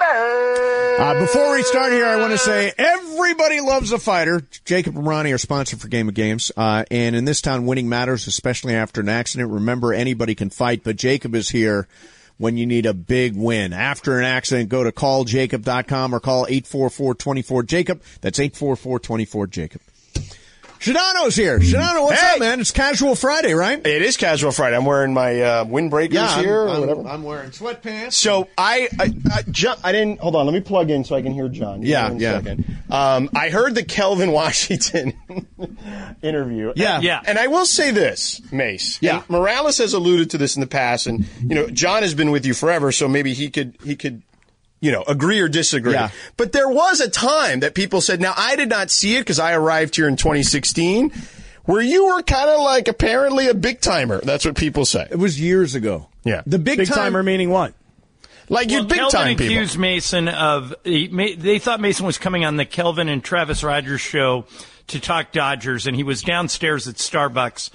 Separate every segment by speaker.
Speaker 1: Uh, before we start here, I want to say everybody loves a fighter. Jacob and Ronnie are sponsored for Game of Games. Uh, and in this town, winning matters, especially after an accident. Remember, anybody can fight, but Jacob is here when you need a big win. After an accident, go to calljacob.com or call 844-24-JACOB. That's 844-24-JACOB. Shadano's here. Shadano, what's
Speaker 2: Hey!
Speaker 1: up, man? It's Casual Friday, right?
Speaker 2: It is Casual Friday. I'm wearing my uh, windbreakers
Speaker 1: I'm-
Speaker 2: here or
Speaker 1: I'm,
Speaker 2: whatever.
Speaker 1: I'm wearing sweatpants.
Speaker 2: so I, I, I, John, I didn't. Hold on, let me plug in so I can hear John. Give
Speaker 1: Yeah,
Speaker 2: me one
Speaker 1: yeah.
Speaker 2: second. Um, I heard the Kelvin Washington interview.
Speaker 1: Yeah.
Speaker 2: And,
Speaker 3: Yeah.
Speaker 2: And I will say this, Mace.
Speaker 1: Yeah.
Speaker 2: and Morales has alluded to this in the past, and you know John has been with you forever, so maybe he could he could. You know, agree or disagree.
Speaker 1: Yeah.
Speaker 2: But there was a time that people said, now I did not see it because I arrived here in 2016, where you were kind of like apparently a big timer. That's what people say.
Speaker 1: It was years ago.
Speaker 2: Yeah.
Speaker 1: The big,
Speaker 3: Big
Speaker 1: time-
Speaker 3: timer meaning what?
Speaker 2: Like you
Speaker 3: Well,
Speaker 2: big
Speaker 3: Kelvin
Speaker 2: time people.
Speaker 3: accused Mason of he, ma- they thought Mason was coming on the Kelvin and Travis Rogers show to talk Dodgers, and he was downstairs at Starbucks,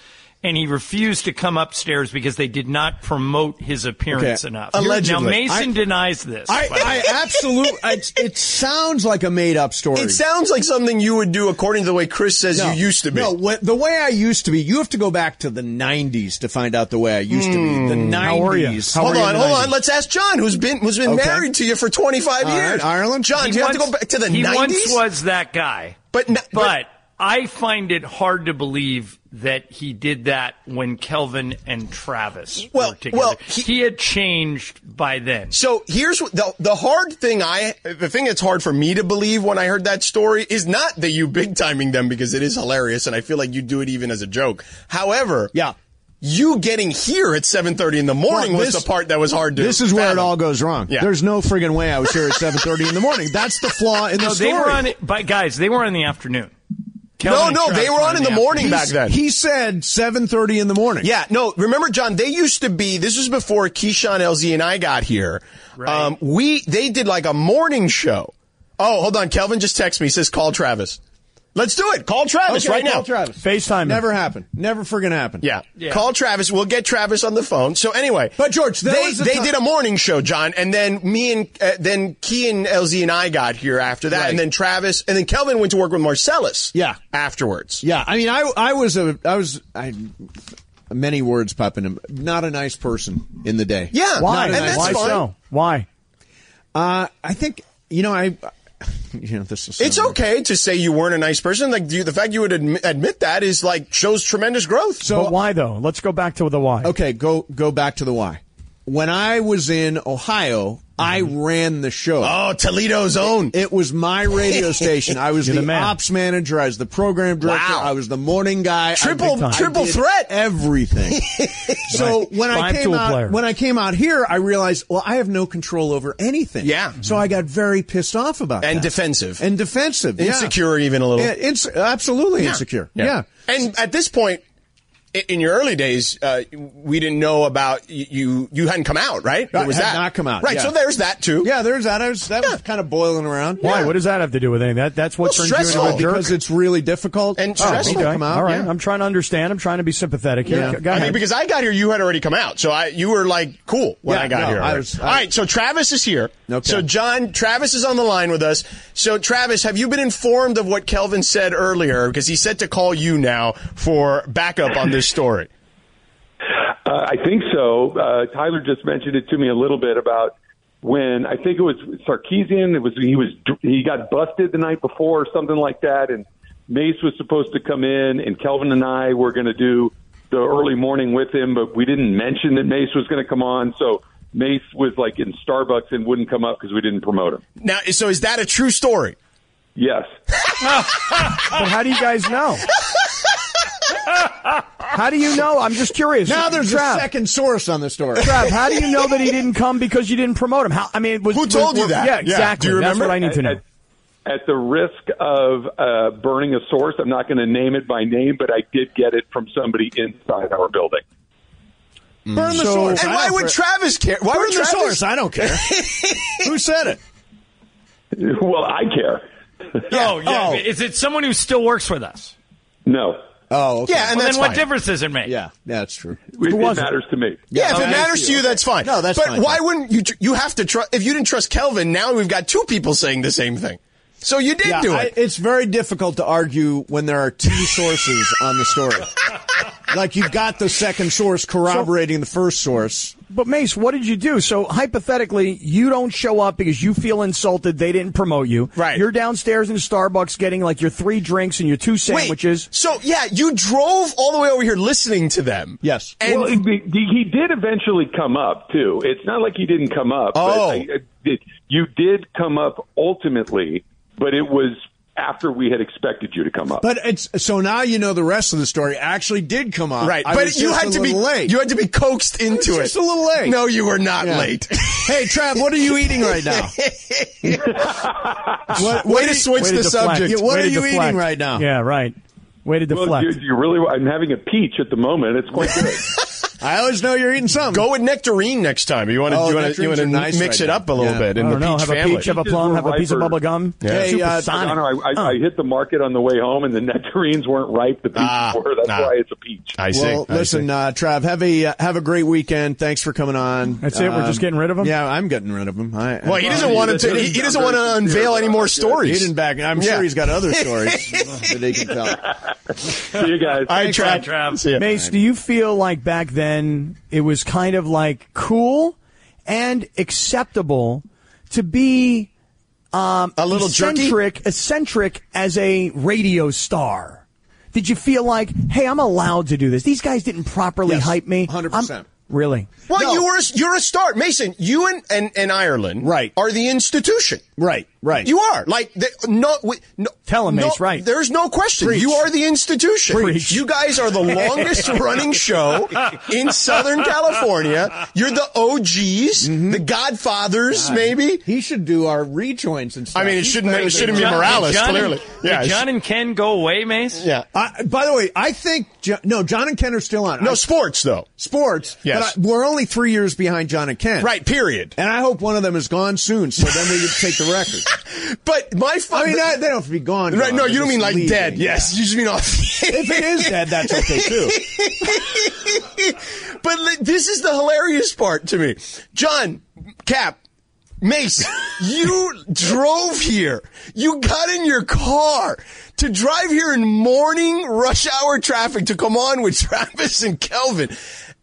Speaker 3: and he refused to come upstairs because they did not promote his appearance
Speaker 1: Okay.
Speaker 3: enough.
Speaker 1: Allegedly.
Speaker 3: now Mason
Speaker 1: I-
Speaker 3: denies this.
Speaker 1: I,
Speaker 3: but-
Speaker 1: I absolutely, it, it sounds like a made up story.
Speaker 2: It sounds like something you would do according to the way Chris says you used to be.
Speaker 1: No, wh- the way I used to be, you have to go back to the 90s to find out the way I used to be. The
Speaker 2: Hmm.
Speaker 3: Hmm.
Speaker 1: 90s.
Speaker 3: How were you? How
Speaker 2: hold on, hold on. Let's ask John, who's been who's been
Speaker 1: Okay.
Speaker 2: married to you for 25
Speaker 1: All right,
Speaker 2: years.
Speaker 1: Ireland.
Speaker 2: John,
Speaker 1: He
Speaker 2: do you have to
Speaker 3: once-
Speaker 2: go back to the
Speaker 3: he
Speaker 2: 90s?
Speaker 3: once was that guy,
Speaker 2: But n- but-
Speaker 3: but I find it hard to believe that he did that when Kelvin and Travis
Speaker 2: Well-
Speaker 3: were together.
Speaker 2: well, he-
Speaker 3: he, had changed by then.
Speaker 2: so here's what the the hard thing I the thing that's hard for me to believe when I heard that story is not that you big timing them because it is hilarious and I feel like you do it even as a joke. However,
Speaker 1: Yeah.
Speaker 2: you getting here at 7:30 in the morning
Speaker 1: Well,
Speaker 2: was
Speaker 1: this-
Speaker 2: the part that was hard to
Speaker 1: This is where it
Speaker 2: fathom.
Speaker 1: all goes wrong.
Speaker 2: Yeah.
Speaker 1: There's no friggin' way I was here at 7.30 in the morning. That's the flaw in the
Speaker 3: No,
Speaker 1: story.
Speaker 3: they were on. But guys, they were on in the afternoon.
Speaker 2: No,
Speaker 3: Kelvin
Speaker 2: no,
Speaker 3: and
Speaker 2: they
Speaker 3: Travis
Speaker 2: were on in the morning back then.
Speaker 1: He said 7.30 in the morning.
Speaker 2: Yeah, no, remember, John, they used to be, this was before Keyshawn, LZ, and I got here. Um, we, they did like a morning show. Oh, hold on. Kelvin just texted me. He says, call Travis. Let's do it. Call Travis
Speaker 1: Okay,
Speaker 2: right
Speaker 1: call
Speaker 2: now.
Speaker 1: Travis.
Speaker 3: FaceTime him.
Speaker 1: Never happened. Never friggin' happened.
Speaker 2: Yeah. Call Travis. We'll get Travis on the phone. So anyway.
Speaker 1: But, George, there
Speaker 2: they,
Speaker 1: was a
Speaker 2: they
Speaker 1: ti-
Speaker 2: did a morning show, John, and then me and, uh, then Key and LZ and I got here after that,
Speaker 1: Right.
Speaker 2: and then Travis, and then Kelvin went to work with Marcellus.
Speaker 1: Yeah.
Speaker 2: Afterwards.
Speaker 1: Yeah, I mean, I I was a I was I many words popping in. Not a nice person in the day.
Speaker 2: Yeah.
Speaker 1: Why?
Speaker 2: And that's
Speaker 4: Why
Speaker 2: fine.
Speaker 4: so? Why?
Speaker 1: Uh, I think you know I. You know this is.
Speaker 2: It's okay to say you weren't a nice person. Like you, the fact you would admit, admit that is like shows tremendous growth.
Speaker 1: So
Speaker 4: but why though? Let's go back to the why.
Speaker 1: okay, go go back to the why. When I was in Ohio, I
Speaker 4: Mm-hmm.
Speaker 1: ran the show.
Speaker 2: oh, Toledo's own.
Speaker 1: It was my radio station. I was the,
Speaker 4: You're the man.
Speaker 1: ops manager. I was the program director.
Speaker 2: Wow.
Speaker 1: I was the morning guy. I
Speaker 2: Triple-
Speaker 1: did- I
Speaker 2: triple
Speaker 1: did
Speaker 2: threat.
Speaker 1: Everything. so
Speaker 4: Right.
Speaker 1: when I
Speaker 4: Prime
Speaker 1: came
Speaker 4: tool
Speaker 1: out,
Speaker 4: player.
Speaker 1: when I came out here, I realized, well, I have no control over anything.
Speaker 2: Yeah.
Speaker 1: So I got very pissed off about
Speaker 2: And
Speaker 1: that.
Speaker 2: defensive.
Speaker 1: and defensive, yeah.
Speaker 2: Insecure even a little.
Speaker 1: Yeah, ins- absolutely insecure. Yeah.
Speaker 2: And at this point, i- in your early days, uh, we didn't know about y- you. You hadn't come out, right?
Speaker 1: Right, had not come out,
Speaker 2: right?
Speaker 1: yeah.
Speaker 2: So there's that too.
Speaker 1: Yeah, there's that. I was that was kind of boiling around.
Speaker 4: Why?
Speaker 1: Yeah.
Speaker 4: What does that have to do with anything? That that's what
Speaker 2: Well,
Speaker 4: turns you
Speaker 2: stressful.
Speaker 4: into a jerk.
Speaker 1: Because it's really difficult
Speaker 2: And
Speaker 1: Oh,
Speaker 2: stressful.
Speaker 1: okay.
Speaker 4: Okay.
Speaker 1: Come out.
Speaker 4: All right.
Speaker 1: yeah.
Speaker 4: I'm trying to understand. I'm trying to be sympathetic here.
Speaker 1: Yeah.
Speaker 4: Go
Speaker 2: I
Speaker 4: ahead.
Speaker 2: mean, because I got here, you had already come out, so I you were like cool when
Speaker 1: Yeah,
Speaker 2: I got
Speaker 1: no,
Speaker 2: here.
Speaker 1: I was- I-
Speaker 2: All right, so Travis is here.
Speaker 1: Okay.
Speaker 2: So John, Travis is on the line with us. So Travis, have you been informed of what Kelvin said earlier? Because he said to call you now for backup on this story.
Speaker 5: Uh, I think so. Uh, Tyler just mentioned it to me a little bit about when I think it was Sarkeesian. It was he was he got busted the night before or something like that, and Mace was supposed to come in, and Kelvin and I were going to do the early morning with him, but we didn't mention that Mace was going to come on, so. Mace was like in Starbucks and wouldn't come up because we didn't promote him.
Speaker 2: Now, so is that a true story?
Speaker 5: Yes,
Speaker 1: Oh.
Speaker 4: But how do you guys know? how do you know? I'm just curious.
Speaker 1: Now there's
Speaker 4: Trav,
Speaker 1: a second source on the story.
Speaker 4: Trav, how do you know that he didn't come because you didn't promote him? How? I mean, was,
Speaker 2: Who
Speaker 4: was-
Speaker 2: told you
Speaker 4: were-
Speaker 2: that?
Speaker 4: Yeah,
Speaker 2: Yeah.
Speaker 4: exactly.
Speaker 2: Do you
Speaker 4: That's what
Speaker 2: remember?
Speaker 4: I need to know.
Speaker 5: At, at the risk of uh, burning a source, I'm not going to name it by name, but I did get it from somebody inside our building.
Speaker 1: Burn the
Speaker 4: So-
Speaker 1: source.
Speaker 2: And
Speaker 1: I
Speaker 2: why
Speaker 1: don't
Speaker 2: would
Speaker 1: care.
Speaker 2: Travis care? Why
Speaker 1: Burn
Speaker 2: would
Speaker 1: the
Speaker 2: Travis?
Speaker 1: source. I don't care. Who said it?
Speaker 5: Well, I care.
Speaker 2: Oh.
Speaker 3: Oh, yeah. Is it someone who still works with us?
Speaker 5: No.
Speaker 1: Oh, okay.
Speaker 2: Yeah, and
Speaker 3: Well,
Speaker 2: that's
Speaker 3: then what
Speaker 2: fine.
Speaker 3: difference does it make?
Speaker 1: yeah, that's true.
Speaker 5: It, it
Speaker 4: was it?
Speaker 5: matters to me.
Speaker 2: Yeah, if
Speaker 1: Okay.
Speaker 2: it matters to you, that's fine.
Speaker 1: No, that's
Speaker 2: but
Speaker 1: fine.
Speaker 2: why wouldn't you? tr- You have to trust. If you didn't trust Kelvin, now we've got two people saying the same thing. So you did
Speaker 1: Yeah,
Speaker 2: do
Speaker 1: I-
Speaker 2: it.
Speaker 1: it's very difficult to argue when there are two sources on the story. Like you've got the second source corroborating the first source.
Speaker 4: But Mace, what did you do? So hypothetically, you don't show up because you feel insulted. They didn't promote you.
Speaker 2: Right.
Speaker 4: You're downstairs in Starbucks getting like your three drinks and your two sandwiches.
Speaker 2: Wait, so yeah, you drove all the way over here listening to them.
Speaker 1: Yes.
Speaker 2: And
Speaker 5: well, he, he did eventually come up too. It's not like he didn't come up.
Speaker 2: Oh.
Speaker 5: but I, I, it, you did come up ultimately, but it was after we had expected you to come up.
Speaker 1: But it's so now you know the rest of the story actually did come out.
Speaker 2: right,
Speaker 1: I
Speaker 2: but
Speaker 1: was
Speaker 2: you
Speaker 1: just
Speaker 2: had
Speaker 1: a
Speaker 2: to be
Speaker 1: little late.
Speaker 2: you had to be coaxed into it.
Speaker 1: just a little late.
Speaker 2: No, you were not
Speaker 1: Yeah.
Speaker 2: late.
Speaker 1: hey, Trav, what are you eating right now?
Speaker 4: Ah,
Speaker 1: what,
Speaker 2: Way
Speaker 1: are
Speaker 2: to
Speaker 1: you-
Speaker 2: switch the subject.
Speaker 1: Yeah, what
Speaker 4: Way
Speaker 1: are
Speaker 4: to
Speaker 1: you
Speaker 4: deflect.
Speaker 1: eating right now?
Speaker 4: Yeah, right. Way to
Speaker 5: well,
Speaker 4: deflect.
Speaker 5: you, you really, I'm having a peach at the moment. It's quite good.
Speaker 1: I always know you're eating something.
Speaker 2: Go with nectarine next time. You want to
Speaker 1: Oh,
Speaker 2: you want to
Speaker 1: nectarines
Speaker 2: you want to
Speaker 1: are nice
Speaker 2: mix
Speaker 1: right
Speaker 2: it up a
Speaker 1: now.
Speaker 2: little
Speaker 1: Yeah.
Speaker 2: bit in
Speaker 4: I
Speaker 2: the
Speaker 4: don't know.
Speaker 2: peach
Speaker 4: Have a
Speaker 2: family.
Speaker 4: peach, have a
Speaker 5: Peaches
Speaker 4: plum,
Speaker 5: were
Speaker 4: have a piece of
Speaker 5: riper.
Speaker 4: bubble gum.
Speaker 1: Hey, uh,
Speaker 5: I
Speaker 4: Supersonic.
Speaker 5: don't know. I, I, I hit the market on the way home, and the nectarines weren't ripe. The peaches
Speaker 2: Ah,
Speaker 5: were. That's
Speaker 2: ah.
Speaker 5: why it's a peach.
Speaker 2: I see.
Speaker 1: Well,
Speaker 2: I see.
Speaker 1: listen, uh, Trav, have a uh, have a great weekend. Thanks for coming on.
Speaker 4: That's it? We're
Speaker 1: Um,
Speaker 4: just getting rid of him?
Speaker 1: Yeah, I'm getting rid of him. I,
Speaker 2: Well, he doesn't want to. He, he doesn't want to unveil any more
Speaker 1: he
Speaker 2: stories.
Speaker 1: didn't back. I'm
Speaker 2: Yeah.
Speaker 1: sure he's got other stories that he can tell.
Speaker 5: See you guys.
Speaker 2: I tried.
Speaker 3: Trav.
Speaker 2: See ya.
Speaker 4: Mace, do you feel like back then it was kind of like cool and acceptable to be um,
Speaker 2: a little jerky.
Speaker 4: eccentric, eccentric as a radio star? Did you feel like, hey, I'm allowed to do this? These guys didn't properly
Speaker 1: Yes,
Speaker 4: hype me.
Speaker 1: 100%.
Speaker 4: I'm- Really?
Speaker 2: Well,
Speaker 1: No.
Speaker 2: you were you're a star, Mason. You and, and, and Ireland,
Speaker 1: Right.
Speaker 2: are the institution.
Speaker 1: Right, right.
Speaker 2: You are like the, no, we, no.
Speaker 4: Tell him,
Speaker 2: no,
Speaker 4: Mace, right.
Speaker 2: There's no question. You are the institution.
Speaker 4: Preach.
Speaker 2: You guys are the longest running show in Southern California. You're the OGs, the Godfathers, maybe.
Speaker 1: Mm-hmm. he should do our rejoins and stuff.
Speaker 2: I mean, it
Speaker 1: He's
Speaker 2: shouldn't
Speaker 1: better
Speaker 2: it
Speaker 1: than
Speaker 2: shouldn't be
Speaker 1: John.
Speaker 2: Morales
Speaker 3: John
Speaker 2: clearly.
Speaker 3: And,
Speaker 2: Yeah,
Speaker 3: did
Speaker 2: it
Speaker 3: John
Speaker 2: should-
Speaker 3: and Ken go away, Mace?
Speaker 2: yeah.
Speaker 1: I, by the way, I think Jo- no John and Ken are still on. I-
Speaker 2: No sports though.
Speaker 1: sports.
Speaker 2: Yes.
Speaker 1: but I, we're only three years behind John and Ken.
Speaker 2: Right. Period.
Speaker 1: and I hope one of them is gone soon, so then we can take the record.
Speaker 2: But my fun.
Speaker 1: I mean, I, they don't have to be gone.
Speaker 2: Right,
Speaker 1: gone.
Speaker 2: no,
Speaker 1: They're
Speaker 2: you don't
Speaker 1: just
Speaker 2: mean like
Speaker 1: leaving.
Speaker 2: dead. Yes, you just mean off.
Speaker 1: if it is dead, that's okay too.
Speaker 2: but li- this is the hilarious part to me. John, Cap, Mace, you drove here. You got in your car to drive here in morning rush hour traffic to come on with Travis and Kelvin.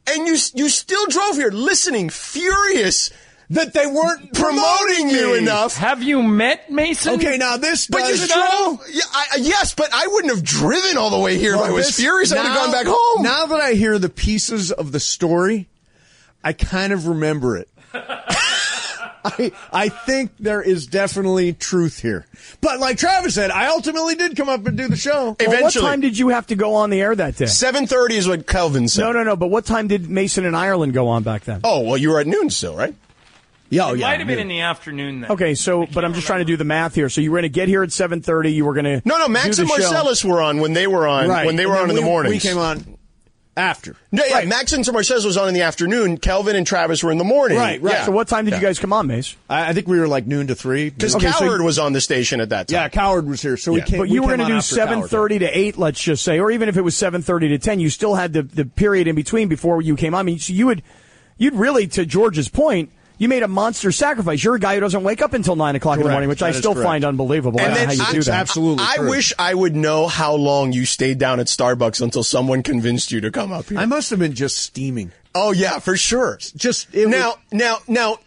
Speaker 2: And you, s- you still drove here listening furious
Speaker 1: That they weren't
Speaker 2: promoting you
Speaker 1: me.
Speaker 2: enough.
Speaker 3: Have you met Mason?
Speaker 1: Okay, now this
Speaker 2: But you
Speaker 1: does
Speaker 2: drove, yeah, I, I- yes, but I wouldn't have driven all the way here if I
Speaker 1: Well,
Speaker 2: was
Speaker 1: this-
Speaker 2: furious. I would have
Speaker 1: now-
Speaker 2: gone back home.
Speaker 1: Now that I hear the pieces of the story, I kind of remember it. I, I think there is definitely truth here. But like Travis said, I ultimately did come up and do the show.
Speaker 4: Well, what
Speaker 2: Eventually.
Speaker 4: time did you have to go on the air that day?
Speaker 2: 7.30 is what Kelvin said.
Speaker 4: No, no, no. But what time did Mason and Ireland go on back then?
Speaker 2: Oh, well, you were at noon still, right?
Speaker 1: Yeah, oh,
Speaker 3: It
Speaker 1: yeah.
Speaker 3: might have been in the afternoon then.
Speaker 4: Okay, so but I'm just trying to do the math here. So you were going to get here at 7:30. You were going to
Speaker 2: No, no, Max
Speaker 4: do
Speaker 2: and
Speaker 4: the show.
Speaker 2: Marcellus were on when they were on
Speaker 1: Right.
Speaker 2: when they were
Speaker 1: And
Speaker 2: on
Speaker 1: then
Speaker 2: in the
Speaker 1: we-
Speaker 2: mornings.
Speaker 1: We came on after.
Speaker 2: No, yeah, Max and Marcellus was on in the afternoon. Kelvin and Travis were in the morning.
Speaker 1: Right, right.
Speaker 2: Yeah.
Speaker 4: So what time did you guys come on, Mace?
Speaker 1: I, I think we were like noon to three.
Speaker 2: Because
Speaker 1: Okay, so-
Speaker 2: Coward was on the station at that time.
Speaker 1: yeah, Coward was here, so we
Speaker 2: Yeah.
Speaker 1: came.
Speaker 4: But you
Speaker 1: we
Speaker 4: were
Speaker 1: came
Speaker 4: going to
Speaker 1: on
Speaker 4: do
Speaker 1: after Coward.
Speaker 4: 7:30 to 8, let's just say, or even if it was 7:30 to 10, you still had the, the period in between before you came on. I mean, so you would you'd really, to George's point, you made a monster sacrifice. You're a guy who doesn't wake up until nine o'clock in the
Speaker 1: Correct.
Speaker 4: morning, which
Speaker 1: That
Speaker 4: I
Speaker 1: is
Speaker 4: still
Speaker 1: correct.
Speaker 4: find unbelievable. I
Speaker 2: And
Speaker 4: don't
Speaker 2: then
Speaker 4: know how you do
Speaker 2: I,
Speaker 4: that?
Speaker 1: Absolutely
Speaker 2: I, I
Speaker 1: true.
Speaker 2: wish I would know how long you stayed down at Starbucks until someone convinced you to come up here.
Speaker 1: I must have been just steaming.
Speaker 2: oh yeah, for sure.
Speaker 1: Just it
Speaker 2: now,
Speaker 1: was-
Speaker 2: now, now,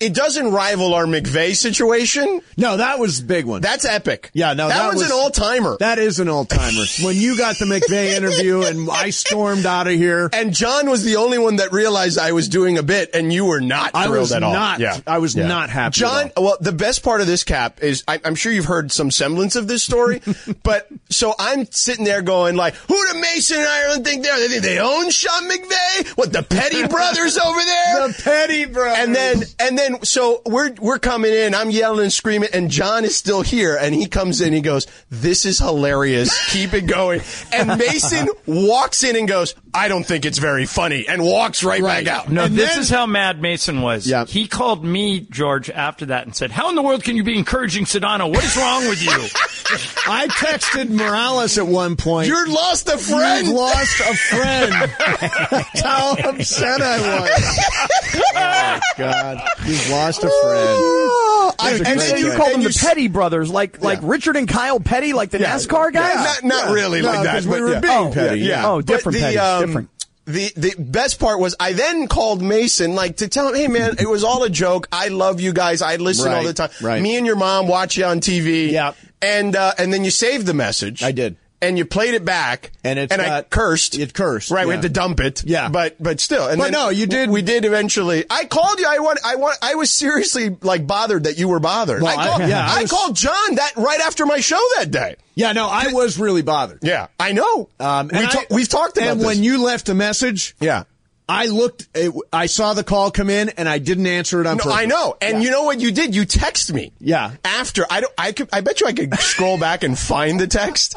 Speaker 2: it doesn't rival our McVeigh situation.
Speaker 1: no, that was a big one.
Speaker 2: That's epic.
Speaker 1: Yeah, no,
Speaker 2: that,
Speaker 1: that
Speaker 2: one's
Speaker 1: was-
Speaker 2: an all timer.
Speaker 1: That is an all timer. when you got the McVeigh interview and I stormed out of here,
Speaker 2: And John was the only one that realized I was doing a bit, and you were not
Speaker 1: I
Speaker 2: thrilled
Speaker 1: was
Speaker 2: at all.
Speaker 1: not- I was not happy at
Speaker 2: John,
Speaker 1: all.
Speaker 2: well, the best part of this cap is I, I'm sure you've heard some semblance of this story, but so I'm sitting there going like, who do Mason and Ireland think they are? They think they own Sean McVay? What the Petty brothers over there?
Speaker 1: the petty bro.
Speaker 2: And then, and then, so we're we're coming in. I'm yelling and screaming, and John is still here. And he comes in. He goes, "This is hilarious. Keep it going." And Mason walks in and goes, "I don't think it's very funny," and walks right,
Speaker 1: Right.
Speaker 2: back out.
Speaker 3: No,
Speaker 1: And
Speaker 3: this
Speaker 1: then-
Speaker 3: is how mad Mason was.
Speaker 1: Yeah.
Speaker 3: He called me, George, after that and said, How in the world can you be encouraging Sedano? What is wrong with you?
Speaker 1: I texted Morales at one point.
Speaker 2: You lost a friend.
Speaker 1: You've lost a friend. That's how upset I was. Oh, God. You've lost a friend.
Speaker 2: I-
Speaker 1: There's a
Speaker 4: And then
Speaker 1: great
Speaker 4: you
Speaker 1: guy.
Speaker 4: call
Speaker 2: and
Speaker 4: them
Speaker 2: you
Speaker 4: the
Speaker 2: s-
Speaker 4: Petty brothers, like like
Speaker 1: Yeah.
Speaker 4: Richard and Kyle Petty, like the NASCAR guys.
Speaker 2: Not, not really
Speaker 1: No,
Speaker 2: like that.
Speaker 1: 'cause we
Speaker 2: but
Speaker 1: were
Speaker 2: yeah.
Speaker 1: being Oh, petty,
Speaker 4: yeah. yeah. Oh,
Speaker 2: But um,
Speaker 4: different petty, different.
Speaker 2: The, the best part was I then called Mason like to tell him, hey man, it was all a joke. I love you guys. I listen all
Speaker 1: Right,
Speaker 2: the time.
Speaker 1: right.
Speaker 2: Me and your mom watch you on TV.
Speaker 1: Yeah.
Speaker 2: And uh, and then you saved the message.
Speaker 1: I did.
Speaker 2: And you played it back.
Speaker 1: And it's
Speaker 2: and I
Speaker 1: got-
Speaker 2: cursed.
Speaker 1: it cursed,
Speaker 2: Right. We
Speaker 1: yeah.
Speaker 2: had to dump it.
Speaker 1: Yeah.
Speaker 2: But but still. And
Speaker 1: But
Speaker 2: then
Speaker 1: no, you did-
Speaker 2: We did eventually. I called you. I want. I want. I was seriously like bothered that you were bothered.
Speaker 1: Well, I-
Speaker 2: I, called,
Speaker 1: yeah, I
Speaker 2: I
Speaker 1: was-
Speaker 2: called John that right after my show that day.
Speaker 1: Yeah, no, I was really bothered.
Speaker 2: Yeah, I know.
Speaker 1: Um,
Speaker 2: we
Speaker 1: and
Speaker 2: ta-
Speaker 1: I-
Speaker 2: we've talked about
Speaker 1: And
Speaker 2: this.
Speaker 1: when you left a message,
Speaker 2: yeah.
Speaker 1: I looked, it, I saw the call come in and I didn't answer it on
Speaker 2: No,
Speaker 1: purpose.
Speaker 2: I know. And you know what you did? You text me.
Speaker 1: Yeah.
Speaker 2: After I don't I could I bet you I could scroll back and find the text.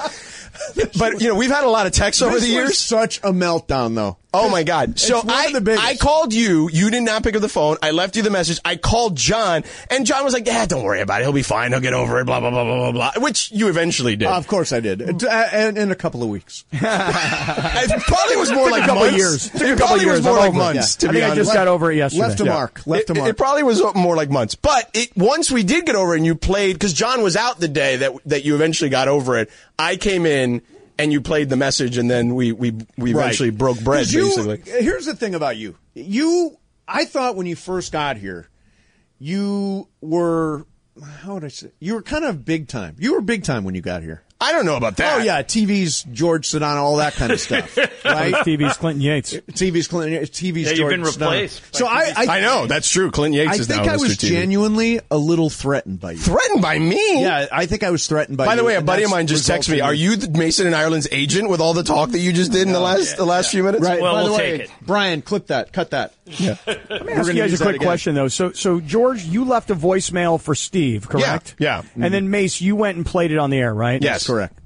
Speaker 2: But you know, we've had a lot of texts over
Speaker 1: This
Speaker 2: the
Speaker 1: was
Speaker 2: years.
Speaker 1: such a meltdown though.
Speaker 2: Oh my God! So
Speaker 1: one of
Speaker 2: I
Speaker 1: the biggest.
Speaker 2: I called you. You did not pick up the phone. I left you the message. I called John, and John was like, "Yeah, don't worry about it. He'll be fine. He'll get over it." Blah blah blah blah blah blah. Which you eventually did. Mm-hmm.
Speaker 1: Of course I did. Uh, And in a couple of weeks.
Speaker 2: it probably was more like
Speaker 4: a couple
Speaker 2: months.
Speaker 4: years. Took a
Speaker 2: It
Speaker 4: couple
Speaker 2: probably
Speaker 4: years.
Speaker 2: was more
Speaker 4: I'm
Speaker 2: like
Speaker 4: over it.
Speaker 2: months.
Speaker 4: Yeah.
Speaker 2: To
Speaker 4: I
Speaker 2: be
Speaker 4: think I
Speaker 2: honest,
Speaker 4: just got over it yesterday.
Speaker 1: Left a
Speaker 4: Yeah.
Speaker 1: mark. Left
Speaker 2: it,
Speaker 1: a
Speaker 2: it-
Speaker 1: mark.
Speaker 2: it probably was more like months, but it once we did get over it and you played because John was out the day that that you eventually got over it. I came in and you played the message, and then we we we
Speaker 1: Right.
Speaker 2: eventually broke bread
Speaker 1: 'Cause you-
Speaker 2: basically.
Speaker 1: Here's the thing about you. You, I thought when you first got here, you were, how would I say, you were kind of big time. You were big time when you got here.
Speaker 2: I don't know about that.
Speaker 1: Oh yeah, TV's George Sedano, all that kind of stuff, right?
Speaker 4: TV's Clinton Yates.
Speaker 1: TV's Clinton, TV's
Speaker 3: Yeah,
Speaker 1: George
Speaker 3: you've been
Speaker 1: Sedano.
Speaker 3: replaced by
Speaker 1: So I,
Speaker 3: TV's
Speaker 1: I,
Speaker 2: I know that's true. Clinton Yates
Speaker 1: I
Speaker 2: is now
Speaker 1: think I
Speaker 2: Mr.
Speaker 1: was
Speaker 2: TV.
Speaker 1: genuinely a little threatened by you.
Speaker 2: threatened by me.
Speaker 1: yeah, I think I was threatened by.
Speaker 2: By the
Speaker 1: you,
Speaker 2: way, a
Speaker 1: and
Speaker 2: buddy of
Speaker 1: that's
Speaker 2: mine just texted me.
Speaker 1: resulted
Speaker 2: Are
Speaker 1: in-
Speaker 2: you the Mason and Ireland's agent with all the talk that you just did in the last the last few minutes?
Speaker 1: Right.
Speaker 3: Well,
Speaker 1: by the
Speaker 3: we'll
Speaker 1: way,
Speaker 3: take it.
Speaker 1: Brian, clip that. Cut that. Yeah.
Speaker 4: Let me ask you guys a quick question though. So, so George, you left a voicemail for Steve, correct?
Speaker 2: yeah.
Speaker 4: And then Mace, you went and played it on the air, right? Um,
Speaker 2: Yes,
Speaker 1: correct.